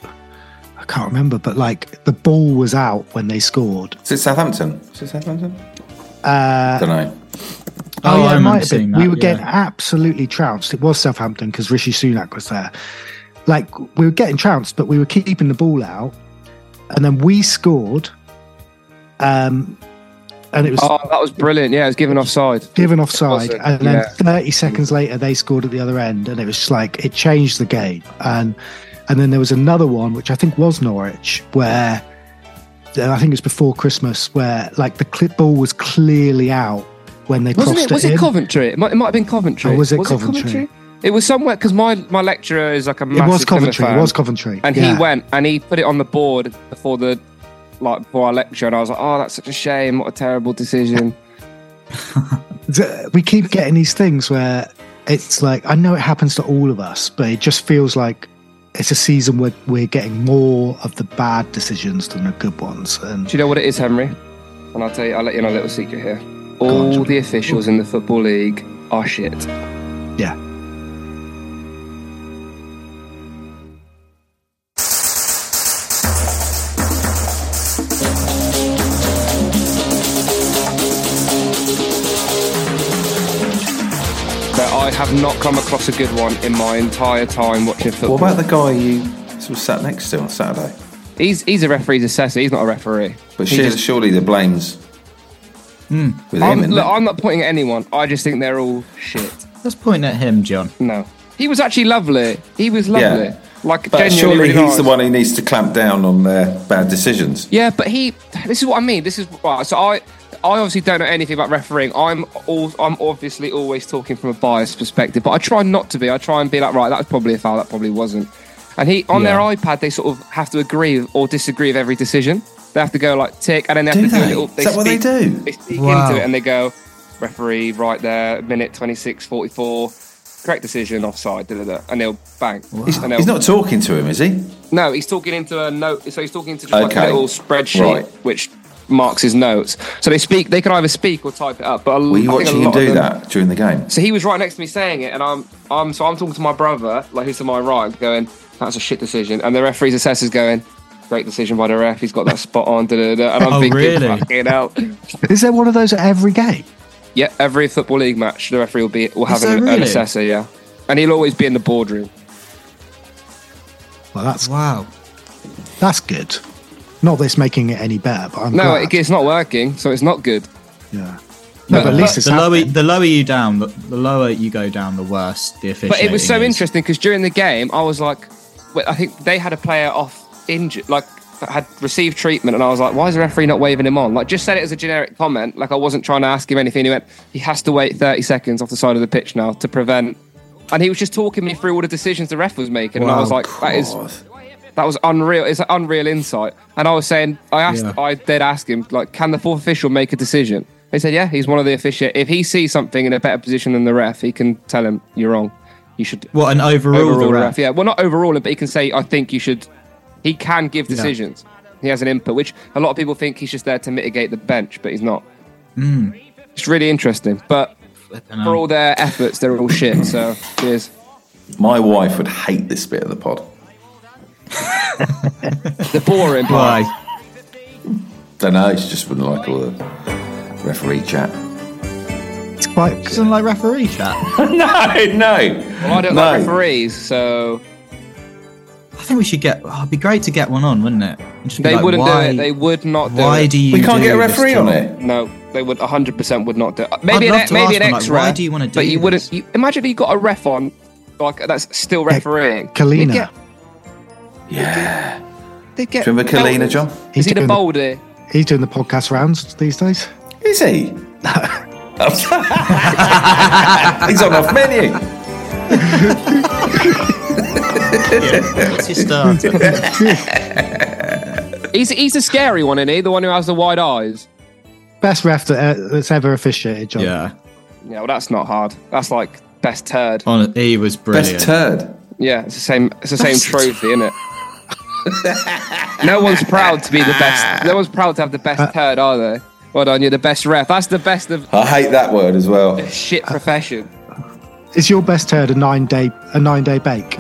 D: I can't remember, but like the ball was out when they scored.
B: Is it Southampton? Is it Southampton? I don't know.
A: Oh, I
D: it
A: remember
D: might have been.
A: seeing that,
D: we were
A: yeah.
D: getting absolutely trounced. It was Southampton because Rishi Sunak was there. Like we were getting trounced, but we were keeping the ball out, and then we scored. Um, and it was
C: Oh, that was brilliant. Yeah, it was given offside.
D: given offside,
C: It wasn't,
D: and then
C: yeah.
D: 30 seconds later they scored at the other end, and it was just like it changed the game. And and then there was another one which I think was Norwich, where and I think it was before Christmas, where like the clip ball was clearly out when they
C: Wasn't
D: crossed
C: it? Was
D: in.
C: it Coventry? It might, Oh, it might have been Coventry.
D: Or was it Coventry?
C: It was somewhere because my, my lecturer is like a
D: It
C: massive
D: was Coventry.
C: Liver
D: It
C: fan.
D: was Coventry.
C: and
D: yeah.
C: he went and he put it on the board before the like before our lecture, and I was like, "Oh, that's such a shame! What a terrible decision!"
D: Th- We keep getting these things where it's like I know it happens to all of us, but it just feels like it's a season where we're getting more of the bad decisions than the good ones. And
C: Do you know what it is, Henry? And I'll tell you, I'll let you know a little secret here.
D: on,
C: All
D: John.
C: the officials in the football league are shit.
D: yeah,
C: But I have not come across a good one in my entire time watching football.
B: What about the guy you sort of sat next to on Saturday?
C: He's he's a referee's assessor. He's not a referee.
B: But
C: He
B: surely,
C: just-
B: surely the blame's with him.
C: I'm,
B: isn't
C: look,
B: it?
C: I'm not pointing at anyone. I just think they're all shit.
A: Let's point at him, John.
C: No, he was actually lovely. He was lovely.
B: Yeah.
C: Like
B: but
C: genuinely
B: surely
C: really
B: he's
C: nice.
B: the one who needs to clamp down on their bad decisions.
C: Yeah, but he. This is what I mean. This is right. So I, I obviously don't know anything about refereeing. I'm all. I'm obviously always talking from a biased perspective, but I try not to be. I try and be like, right, that was probably a foul. That probably wasn't. And he on their
A: Yeah.
C: iPad, they sort of have to agree or disagree with every decision. They have to go like tick, and then they have
B: Do
C: to do a
B: they?
C: little.
B: Is that what they do?
C: They speak
A: Wow.
C: into it, and they go, referee, right there, minute 26, 44. Correct decision, offside, da, da, da, and they'll bang.
B: He's,
C: And they'll-
B: he's not talking to him, is he?
C: no, he's talking into a note. So he's talking into just like
B: Okay.
C: a little spreadsheet
B: Right.
C: which marks his notes. So they speak. They can either speak or type it up. But a,
B: Were you
C: I think a
B: watching him
C: lot of
B: do
C: them-
B: that during the game?
C: So he was right next to me saying it, and I'm, I'm, so I'm talking to my brother, like who's to my right, going, "That's a shit decision," and the referee's assessor's going. Great decision by the ref. He's got that spot on. Da, da, da. And I'm
A: Oh,
C: thinking,
A: really?
C: fucking hell.
D: is there one of those at every game?
C: Yeah, every football league match, the referee will be will have
A: Is there
C: an, an
A: really?
C: assessor. Yeah, and he'll always be in the boardroom.
D: Well, that's
A: Wow.
D: that's good. Not that it's making it any better, but I'm
C: No,
D: glad.
C: it, it's not working, so it's not good.
D: yeah. No, but at least it's
A: the lower,
D: happening.
A: the lower you down, the, the lower you go down, the worse the official.
C: But it was so interesting because during the game, I was like, wait, I think they had a player off injured, like had received treatment, and I was like, why is the referee not waving him on? Like, just said it as a generic comment. Like, I wasn't trying to ask him anything. He went, he has to wait 30 seconds off the side of the pitch now to prevent. And he was just talking me through all the decisions the ref was making, and I was like, that is
B: God.
C: that was unreal. It's an unreal insight. And I was saying, I asked,
A: Yeah.
C: I did ask him, like, can the fourth official make a decision? He said, yeah, he's one of the official. If he sees something in a better position than the ref, he can tell him you're wrong. You should
A: What an overall,
C: overall
A: the
C: ref.
A: ref.
C: Yeah, well, not overall, but he can say, I think you should. He can give decisions. He has an input, which a lot of people think he's just there to mitigate the bench, but he's not. Hmm. It's really interesting. But for all their efforts, they're all shit. So cheers.
B: My wife would hate this bit of the pod.
C: The boring part.
A: Why?
B: Don't know. She just wouldn't like all the referee chat.
D: It's quite
A: Doesn't like referee chat.
B: no, no.
C: Well, I don't
B: no.
C: like referees, so
A: I think we should get. Oh, it'd be great to get one on, wouldn't it? And just be
C: They
A: like,
C: wouldn't
A: why,
C: do it. They would not do
A: Why
C: it.
A: do you?
B: We can't
A: do
B: get a
A: this
B: referee
A: to
B: on
A: us?
B: it.
C: No, they would 100% would not do it. Maybe
A: I'd
C: an,
A: love to
C: maybe
A: ask
C: an
A: them, like,
C: extra.
A: why do you wanna do
C: But you
A: this?
C: wouldn't. You, imagine you got a ref on, like that's still refereeing. They'd
D: Kalina.
C: get-
B: Yeah.
C: They'd get.
B: Do you remember Kalina,
C: belted.
B: John?
C: Is
D: He's
C: he the
D: doing the-
C: boulder?
D: He's doing the podcast rounds these days.
B: Is he? He's on off menu.
A: What's your starter?
C: He's he's the scary one, isn't he? The one who has the wide eyes.
D: Best ref that, uh, that's ever officiated, John.
A: Yeah.
C: Yeah, well, that's not hard. That's like best turd.
A: On, he was brilliant.
B: Best turd.
C: Yeah, it's the same. It's the same trophy, isn't it? no one's proud to be the best. No one's proud to have the
A: Uh.
C: best turd, are they? Well done, you're the best ref. That's the best of
B: I hate that word as well.
C: shit profession.
D: Is your best turd a nine day a nine day bake?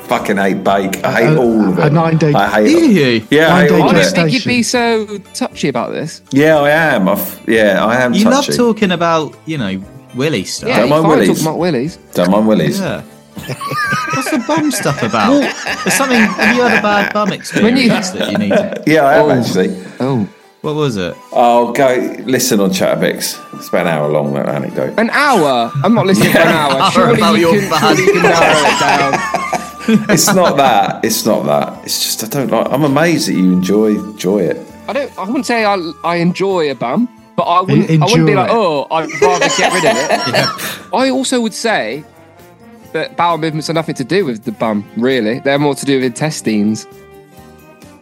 B: Fucking hate bake. I
C: Uh,
B: hate
D: A-
B: all of
D: a
B: it.
D: nine-day-
B: I hate
A: Did
B: it.
A: you?
B: Yeah, I hate
D: Nine-day
B: all
C: I
B: of
C: don't
D: Just
B: it.
C: think you'd
D: station.
C: be so touchy about this.
B: Yeah, I am. I've, yeah, I am.
A: You love
B: touchy.
A: talking about, you know, Willy stuff.
C: Yeah,
B: Don't
C: you
B: mind
C: can't
B: willies.
C: talk about willies.
B: Don't mind willies.
A: Yeah. What's the bum stuff about? There's something. Have you had a bad bum experience that you need? To,
B: Yeah, I am actually.
C: Oh,
A: what was it?
B: I'll go listen on Chatterbix. It's about an hour long that anecdote.
C: an hour. I'm not listening for an hour. Surely
A: about
C: you
A: your
C: can,
A: bad-
C: surely you can narrow it down.
B: It's not that. It's not that. It's just I don't like. I'm amazed that you enjoy enjoy it.
C: I don't. I wouldn't say I, I enjoy a bum, but I wouldn't. I wouldn't be
D: Endure
C: like,
D: it.
C: oh, I'd rather get rid of it. I also would say that bowel movements are nothing to do with the bum. Really, they're more to do with intestines.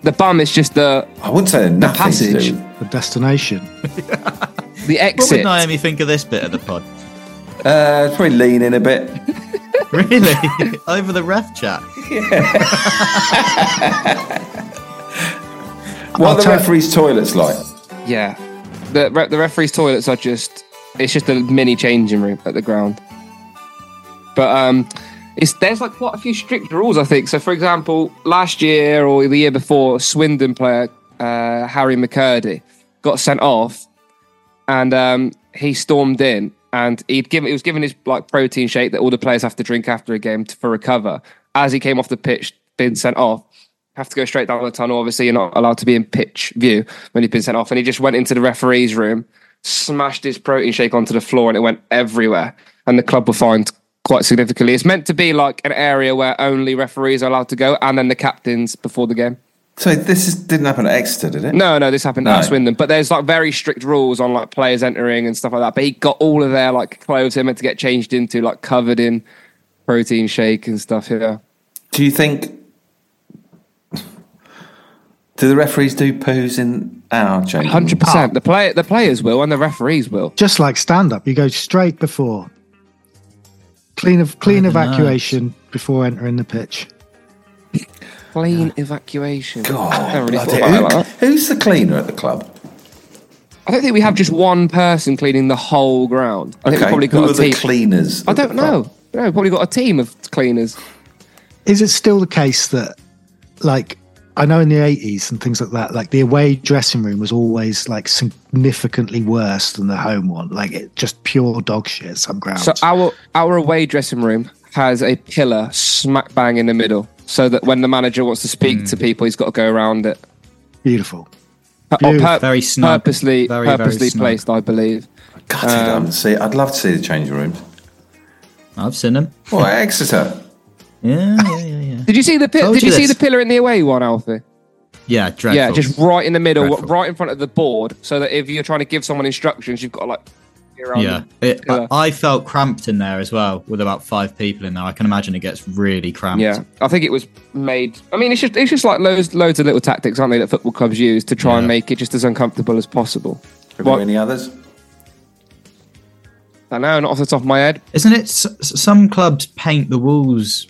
C: The bum is just the
B: I wouldn't say nothing
C: passage.
B: to do.
D: The destination.
C: the
A: What would
C: exit.
A: Naomi think of this bit of the pod?
B: Uh, probably lean in a bit.
A: Really? Over the ref chat?
B: What the
D: tell-
B: referee's toilet's like?
C: Yeah, the re- the referee's toilets are just it's just a mini changing room at the ground. But um, it's there's like quite a few strict rules I think. So for example, last year or the year before, Swindon player uh, Harry McCurdy got sent off, and um, he stormed in and he'd given he was given his like protein shake that all the players have to drink after a game to, for recover. As he came off the pitch, being sent off, have to go straight down the tunnel. Obviously, you're not allowed to be in pitch view when you've been sent off. And he just went into the referee's room, smashed his protein shake onto the floor, and it went everywhere. And the club were fined quite significantly. It's meant to be like an area where only referees are allowed to go, and then the captains before the game.
B: So this is, didn't happen at Exeter, did it?
C: No, no, this happened
B: No.
C: at Swindon. But there's like very strict rules on like players entering and stuff like that. But he got all of their like clothes they meant to get changed into, like covered in protein shake and stuff. Yeah.
B: Do you think? Do the referees do poos in our changing? room?
C: Hundred percent. The play the players will and the referees will.
D: Just like stand up, you go straight before. Clean of clean
A: don't know.
D: evacuation before entering the pitch.
C: Clean evacuation. I
B: God,
C: haven't really
B: bloody-
C: thought about it like that.
B: who- who's the cleaner at the club?
C: I don't think we have just one person cleaning the whole ground. I think
B: Okay,
C: we've probably
B: who
C: got
B: are
C: a team.
B: the cleaners?
C: I
B: at the
C: don't
B: club?
C: know. No, we've probably got a team of cleaners.
D: Is it still the case that, like, I know in the eighties and things like that, like the away dressing room was always like significantly worse than the home one. Like it just pure dog shit. Some grounds.
C: So uh, our our away dressing room has a pillar smack bang in the middle, so that when the manager wants to speak
A: Hmm.
C: to people, he's got to go around it.
D: Beautiful.
C: Or
D: Beautiful.
A: Very snug.
C: Purposely,
A: Very, very
C: purposely
A: snug.
C: placed, I believe.
B: God, I
C: Uh,
B: don't see. I'd love to see the changing rooms.
A: I've seen him.
B: Well, at Exeter.
A: Yeah, yeah, yeah, yeah.
C: Did you see the pi-
A: Told
C: Did
A: you
C: you see
A: this.
C: the pillar in the away one, Alfie?
A: Yeah, dreadful.
C: Yeah, just right in the middle,
A: Dreadful.
C: right in front of the board, so that if you're trying to give someone instructions, you've got to like. be around
A: Yeah,
C: it.
A: it,
C: Yeah.
A: I, I felt cramped in there as well, with about five people in there. I can imagine it gets really cramped.
C: Yeah, I think it was made. I mean, it's just it's just like loads loads of little tactics, aren't they, that football clubs use to try and
A: Yeah.
C: make it just as uncomfortable as possible.
B: Are
C: What-
B: there any others?
C: I know, not off the top of my head.
A: Isn't it? S- s- some clubs paint the walls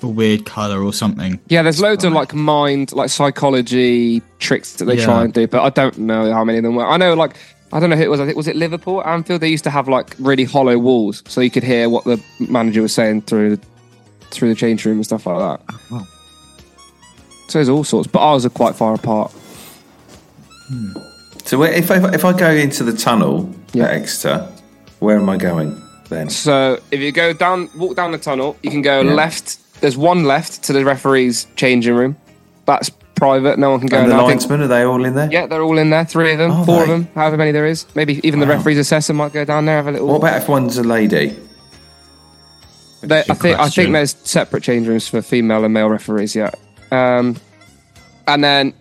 A: a weird colour or something.
C: Yeah, there's loads of like mind, like psychology tricks that they
A: Yeah.
C: try and do, but I don't know how many of them were. I know, like, I don't know who it was. I think was it Liverpool, Anfield. They used to have like really hollow walls, so you could hear what the manager was saying through the through the change room and stuff like that.
B: Oh.
D: wow.
C: So there's all sorts, but ours are quite far apart.
B: So where- if I, if I go into the tunnel
C: Yeah.
B: at Exeter, where am I going then?
C: So if you go down, walk down the tunnel, you can go
B: Yeah.
C: left. There's one left to the referee's changing room. That's private. No one can go.
B: And the
C: in. I think-
B: linesmen, are they all in there?
C: yeah, they're all in there. Three of them,
B: Are
C: four of
B: they?
C: them, however many there is. Maybe even the referee's assessor might go down there have a little.
B: What about if one's a lady?
C: They- I
A: Good
C: think I
A: question.
C: think there's separate change rooms for female and male referees. Yeah, um, and then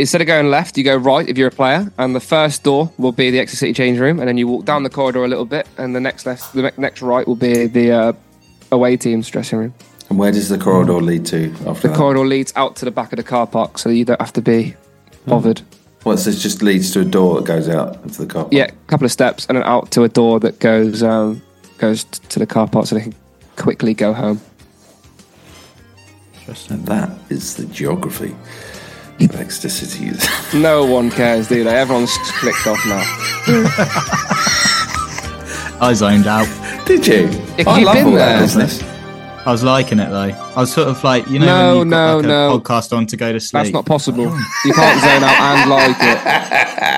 C: instead of going left, you go right if you're a player, and the first door will be the Exeter City change room, and then you walk down the corridor a little bit, and the next left, the ne- next right will be the uh, away team's dressing room.
B: And where does the corridor lead to after
C: Mm. The
B: that? Hmm.
C: corridor leads out to the back of the car park, so you don't have to be bothered.
B: What's this? Just leads to a door that goes out into the car. park.
C: Yeah, a couple of steps and then out to a door that goes um, goes t- to the car park so they can quickly go home.
B: And that is the geography of Exeter Cities.
C: No one cares, do they? Everyone's clicked off now.
A: I zoned out.
B: Did you?
C: Yeah,
B: I
C: you've
B: love
C: been
B: all
C: there.
B: that business.
A: I was liking it though. I was sort of like, you know,
C: No,
A: when you've
C: no,
A: got like a
C: no.
A: podcast on to go to sleep.
C: That's not possible.
A: Oh.
C: You can't zone out and like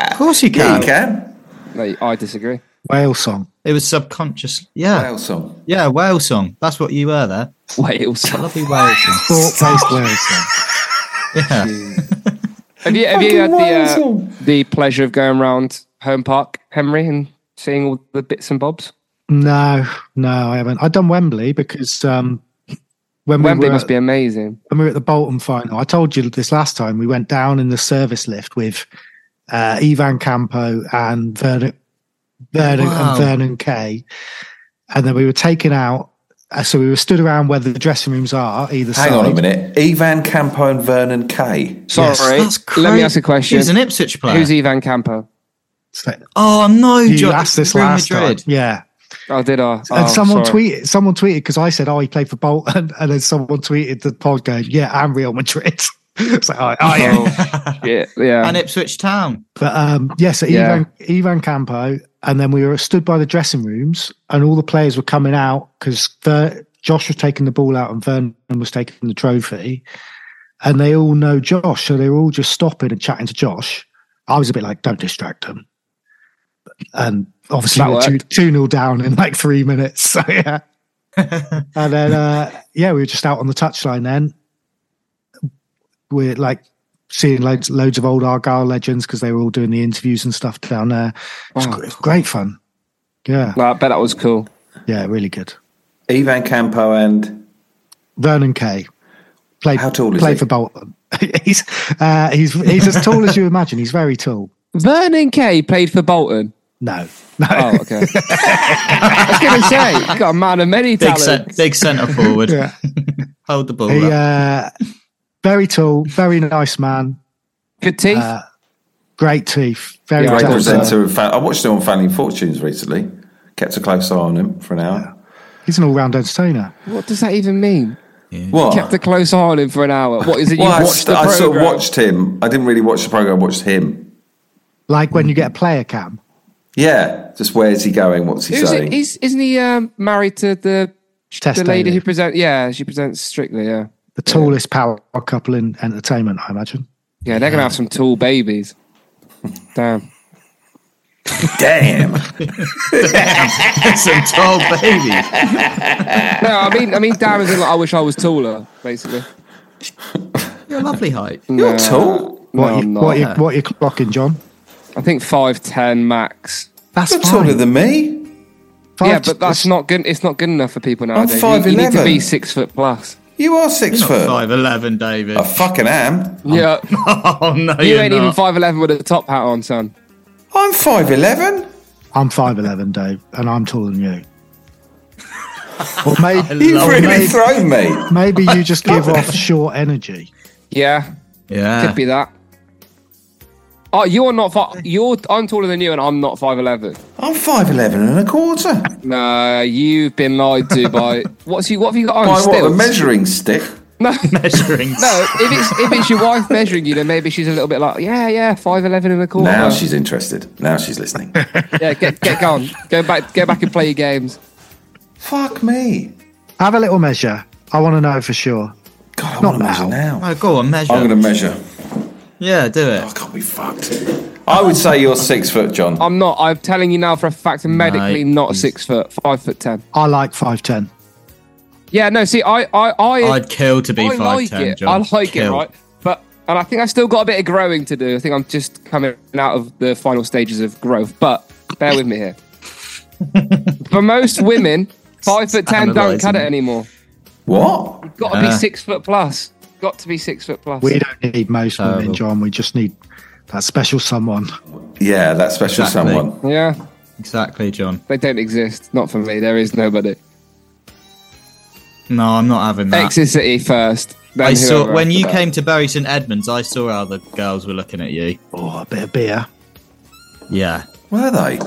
C: it.
A: Of course you
B: Yeah,
A: can.
B: you can.
C: No, I disagree.
D: Whale song.
A: It was subconscious. Yeah,
B: Whale song.
A: yeah, whale song. That's what you were there.
C: Wales.
A: A lovely whale song.
D: Thought-based whale song.
A: Yeah.
C: Have you, have you had
B: Fucking
C: the, uh,
B: wild.
C: the pleasure of going around Home Park, Henry, and seeing all the bits and bobs?
D: No, no, I haven't. I've done Wembley because um, when we
C: Wembley
D: were
C: must
D: at-
C: be amazing.
D: when we were at the Bolton final, I told you this last time. We went down in the service lift with uh, Ivan Campo and Vernon, Vernon
A: Wow.
D: and Vernon Kay, and then we were taken out. uh, So we were stood around where the dressing rooms are either
B: Hang
D: side.
B: on a minute. Ivan Campo and Vernon Kay.
C: Sorry,
A: That's crazy.
C: let me ask a question.
A: He's an Ipswich player.
C: Who's Ivan Campo?
D: It's like,
A: oh no,
D: you
A: John,
D: asked this
A: Real
D: last
A: Madrid.
D: time, yeah.
C: Oh, did I? Oh,
D: and someone
C: sorry.
D: tweeted, someone tweeted because I said, "Oh, he played for Bolton," and then someone tweeted the pod going, "Yeah, I'm Real Madrid." it's like, oh, oh yeah,
C: Oh, shit, yeah.
A: And Ipswich Town.
D: But um, yeah, so
C: Yeah.
D: Ivan, Ivan Campo, and then we were stood by the dressing rooms, and all the players were coming out because Ver- Josh was taking the ball out and Vernon was taking the trophy, and they all know Josh, so they were all just stopping and chatting to Josh. I was a bit like, don't distract them, and obviously
C: That
D: we we're two,
C: worked.
D: two nil down in like three minutes. So yeah, and then uh, yeah, we were just out on the touchline then. We're like seeing loads loads of old Argyle legends because they were all doing the interviews and stuff down there. It was,
C: Wow.
D: gr- it was great fun. Yeah,
C: No, I bet that was cool.
D: yeah, really good.
B: Ivan Campo and
D: Vernon Kay played
B: How tall is
D: played
B: he?
D: for Bolton. he's uh, he's he's as tall as you imagine. He's very tall.
C: Vernon Kay played for Bolton.
D: No, no,
C: Oh, okay. I was going to say, you got a man of many
A: Big,
C: talents.
A: cent- big centre forward.
D: Yeah.
A: Hold the ball.
D: he,
A: up.
D: uh, very tall, very nice man,
C: Good teeth.
D: Uh, great teeth, very
C: Yeah, I
B: great
C: thought
D: dapper.
C: so.
B: presenter. Of fan- I watched him on Family Fortunes recently. Kept a close eye on him for an hour.
D: He's an all round entertainer.
C: what does that even mean?
B: What?
D: Oh.
C: Kept a close eye on him for an hour. What is it? You
B: well, I,
C: watched
B: I
C: the program?
B: sort of watched him. I didn't really watch the program. I watched him.
D: Like when you get a player cam.
B: Yeah, just where's he going? What's he
C: Who's it?
B: saying?
C: He's, isn't he um, married to the
D: Test
C: the lady
D: Daly.
C: who presents? Yeah, she presents Strictly. Yeah,
D: the tallest power couple in entertainment, I imagine.
C: yeah, they're gonna have some tall babies. Damn.
B: Damn.
A: Some tall babies.
C: No, I mean, I mean, damn is in like I wish I was taller, basically.
A: You're a lovely height.
B: You're tall.
C: No,
D: What
C: I'm
D: you,
C: not.
D: what you what you clocking, John?
C: I think five ten max.
D: That's
B: You're
D: fine.
B: taller than me.
D: Five
C: yeah,
D: to-
C: but that's not good. It's not good enough for people nowadays. You- you, need
B: 5'11".
C: to be six foot plus.
B: You are 6
A: Not
B: foot.
A: five eleven, David.
B: I fucking am.
C: Yeah,
A: Oh no,
C: you
A: you're
C: ain't
A: not.
C: even five eleven with a top hat on, son.
B: I'm five eleven.
D: I'm five eleven, Dave, and I'm taller than you. or maybe
B: You've
A: Love
B: really
D: me.
B: thrown me.
D: maybe you just give off short energy.
C: Yeah,
A: Yeah.
C: could be that. Oh, you're not. Fi- you're. I'm taller than you, and I'm not five eleven.
B: I'm five eleven and a quarter.
C: No, you've been lied to by what's you? What have you got on?
B: By what?
C: stilts?
B: The measuring stick.
C: No,
A: measuring.
C: no. If it's if it's your wife measuring you, then maybe she's a little bit like, yeah, yeah, five eleven and a quarter.
B: Now she's interested. Now she's listening.
C: yeah, get get gone, go back, go back and play your games.
B: Fuck me.
D: Have a little measure. I want to know for sure.
B: God, I
D: Not
B: want to measure now.
A: Oh, go on, measure.
B: I'm going to measure.
A: Yeah, do
B: I
A: it.
B: can't be fucked. I would say you're six foot, John.
C: I'm not. I'm telling you now for a fact. I'm medically
A: Mate,
C: not
A: he's-
C: six foot, five foot ten.
D: I like five ten.
C: Yeah, no. See, I I I,
A: I'd kill to be
C: I
A: five
C: like
A: ten.
C: it. I like it, right? But and I think I've still got a bit of growing to do. I think I'm just coming out of the final stages of growth. But bear with me here. For most women, five foot ten don't cut it
A: Analysing.
C: anymore.
B: What?
C: Got to
A: Yeah.
C: be six foot plus. Got to be six foot plus.
D: We don't need most women, John. We just need that special someone.
B: Yeah, that special
A: Exactly.
B: someone.
C: yeah,
A: Exactly, John.
C: they don't exist. Not for me. There is nobody.
A: No, I'm not having that.
C: Exit City first. then
A: I saw
C: whoever
A: when
C: after
A: you
C: that.
A: came to Bury St Edmunds. I saw how the girls were looking at you.
D: Oh, a bit of beer.
A: Yeah,
B: Were they?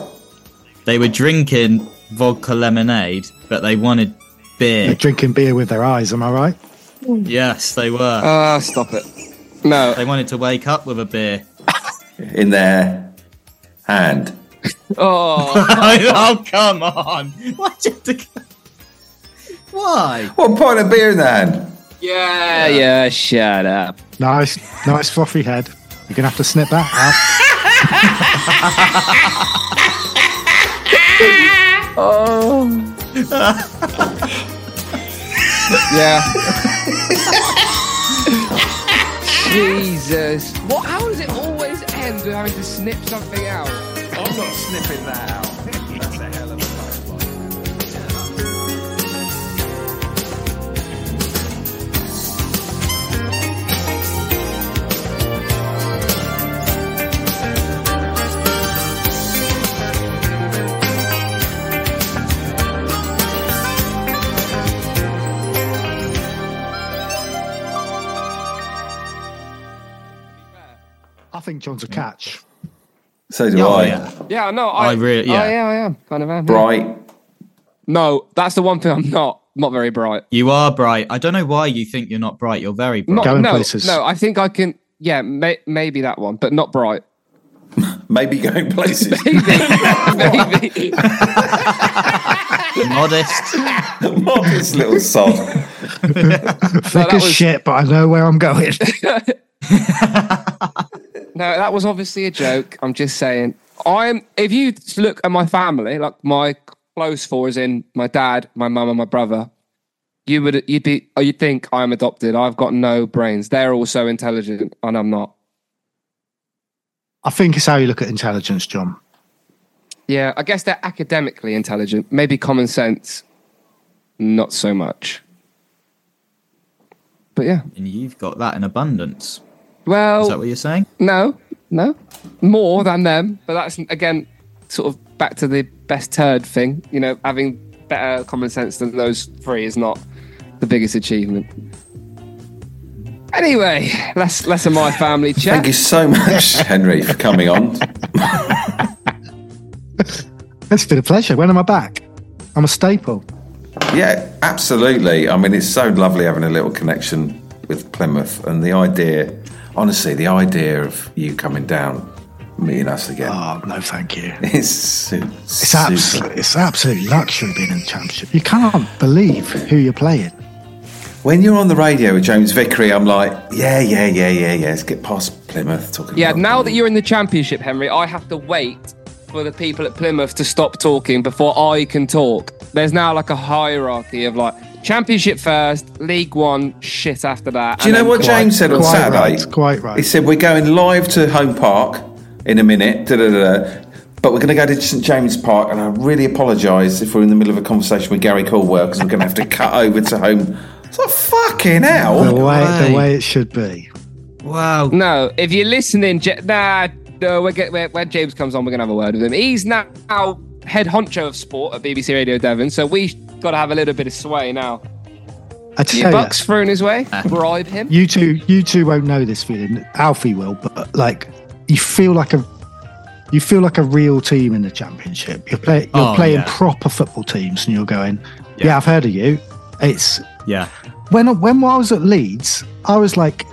A: they were drinking vodka lemonade, but they wanted
D: They're
A: beer.
D: drinking beer with their eyes, am I right?
A: Yes, they were.
C: Ah, stop it. No,
A: they wanted to wake up with a beer.
B: In their hand.
C: oh,
A: oh come on! Why? do you have to- Why?
B: What pint of beer in their hand?
C: yeah, yeah, shut up.
D: Nice, nice frothy head. You're gonna have to snip that out.
C: Yeah. Jesus. What? How does it always end with having to snip something out?
B: I'm not sniffing that out. That's a hell of a
D: I think John's a catch.
B: So do
A: Oh,
B: I.
A: yeah.
C: Yeah, no, I,
A: I really- yeah.
C: I, I am kind of am. yeah.
B: Bright.
C: No, that's the one thing I'm not. I'm Not very bright.
A: You are bright. I don't know why you think you're not bright. You're very bright.
C: Not
D: Going
C: no,
D: places.
C: no. I think I can. Yeah, may, maybe that one, but not bright.
B: Maybe going places.
C: maybe.
A: Modest.
B: Marcus little sod.
D: Thick
C: that
D: as
C: was-
D: shit, but I know where I'm going.
C: No, that was obviously a joke. I'm just saying. I'm. If you look at my family, like my close four is in my dad, my mum, and my brother. You would you'd be oh, you'd think I'm adopted. I've got no brains. They're all so intelligent, and I'm not.
D: I think it's how you look at intelligence, John.
C: Yeah, I guess they're academically intelligent. Maybe common sense, not so much. But yeah.
A: And you've got that in abundance. Is that
C: Well,
A: what you're saying?
C: no, no, more than them. But that's again, sort of back to the best turd thing. You know, having better common sense than those three is not the biggest achievement. Anyway, less less of my family chat.
B: Thank you so much, Henry, for coming on.
D: It's been a pleasure. When am I back? I'm a staple.
B: Yeah, absolutely. I mean, it's so lovely having a little connection with Plymouth, and the idea, honestly, the idea of you coming down, meeting us again,
D: Oh no, thank you.
B: it's su-
D: It's
B: super.
D: absolute, it's absolute luxury being in the championship. You can't believe who you're playing.
B: When you're on the radio with James Vickery, I'm like, yeah, yeah, yeah, yeah, yeah. Let's get past Plymouth. Talking.
C: Yeah,
B: about
C: now that
B: Plymouth.
C: you're in the championship, Henry, I have to wait for the people at Plymouth to stop talking before I can talk. There's now like a hierarchy of like championship first, League One, shit after that.
B: Do you
C: and
B: know
C: then
B: what
C: quite-
B: James said on
D: quite
B: Saturday?
D: right, quite right.
B: He said we're going live to Home Park in a minute. Da, da, da, da. But we're going to go to St James Park, and I really apologise if we're in the middle of a conversation with Gary Caldwell because we're going to have to cut over to home. It's like fucking
D: The
B: hell.
D: way,
A: way.
D: the way it should be.
A: Wow.
C: No, if you're listening, Ja- nah, no, we're get, we're, when James comes on, we're gonna have a word with him. He's now head honcho of sport at BBC Radio Devon, so we got to have a little bit of sway now.
D: I tell
C: Your
D: you,
C: bucks thrown his way, bribe him.
D: you two, you two won't know this feeling. Alfie will, but like, you feel like a, you feel like a real team in the championship. You're, play,
A: Oh,
D: you're playing
A: yeah.
D: proper football teams, and you're going,
A: Yeah.
D: yeah. I've heard of you. It's
A: Yeah.
D: when when I was at Leeds, I was like.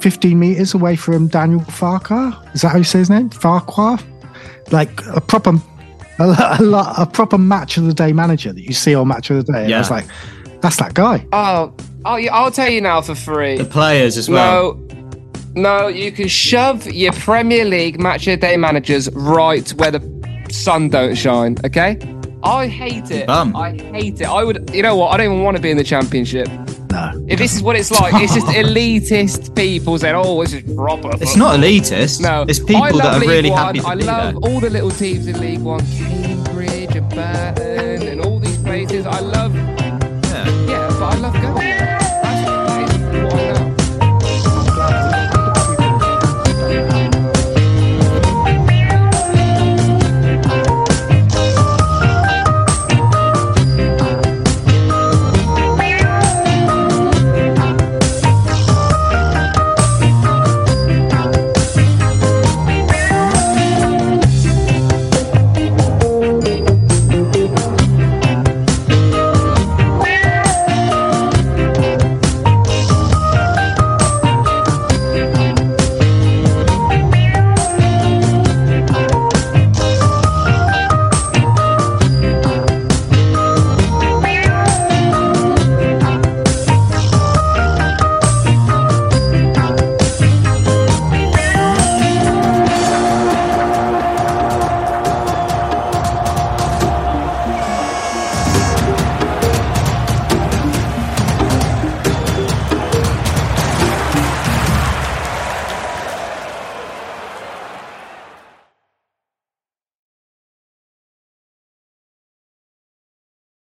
D: 15 meters away from Daniel Farquhar. Is that how you say his name? Farquhar? Like a proper a, lo- a, lo- a proper match of the day manager that you see on match of the day. And I was
A: Yeah.
D: like, that's that guy.
C: Oh, oh, yeah, I'll tell you now for free.
A: The players as well.
C: No, no, you can shove your Premier League match of the day managers right where the sun don't shine. Okay, I hate it.
A: Bum.
C: I hate it. I would, you know what? I don't even want to be in the championship.
D: No.
C: If this is what it's like, it's just elitist people saying, "Oh, this is proper."
A: It's
C: football."
A: not elitist.
C: No,
A: It's
C: I
A: people
C: love
A: that are
C: League
A: really
C: One.
A: happy to
C: I
A: be
C: love
A: there.
C: all the little teams in League One, Cambridge and Burton, and all these places. I love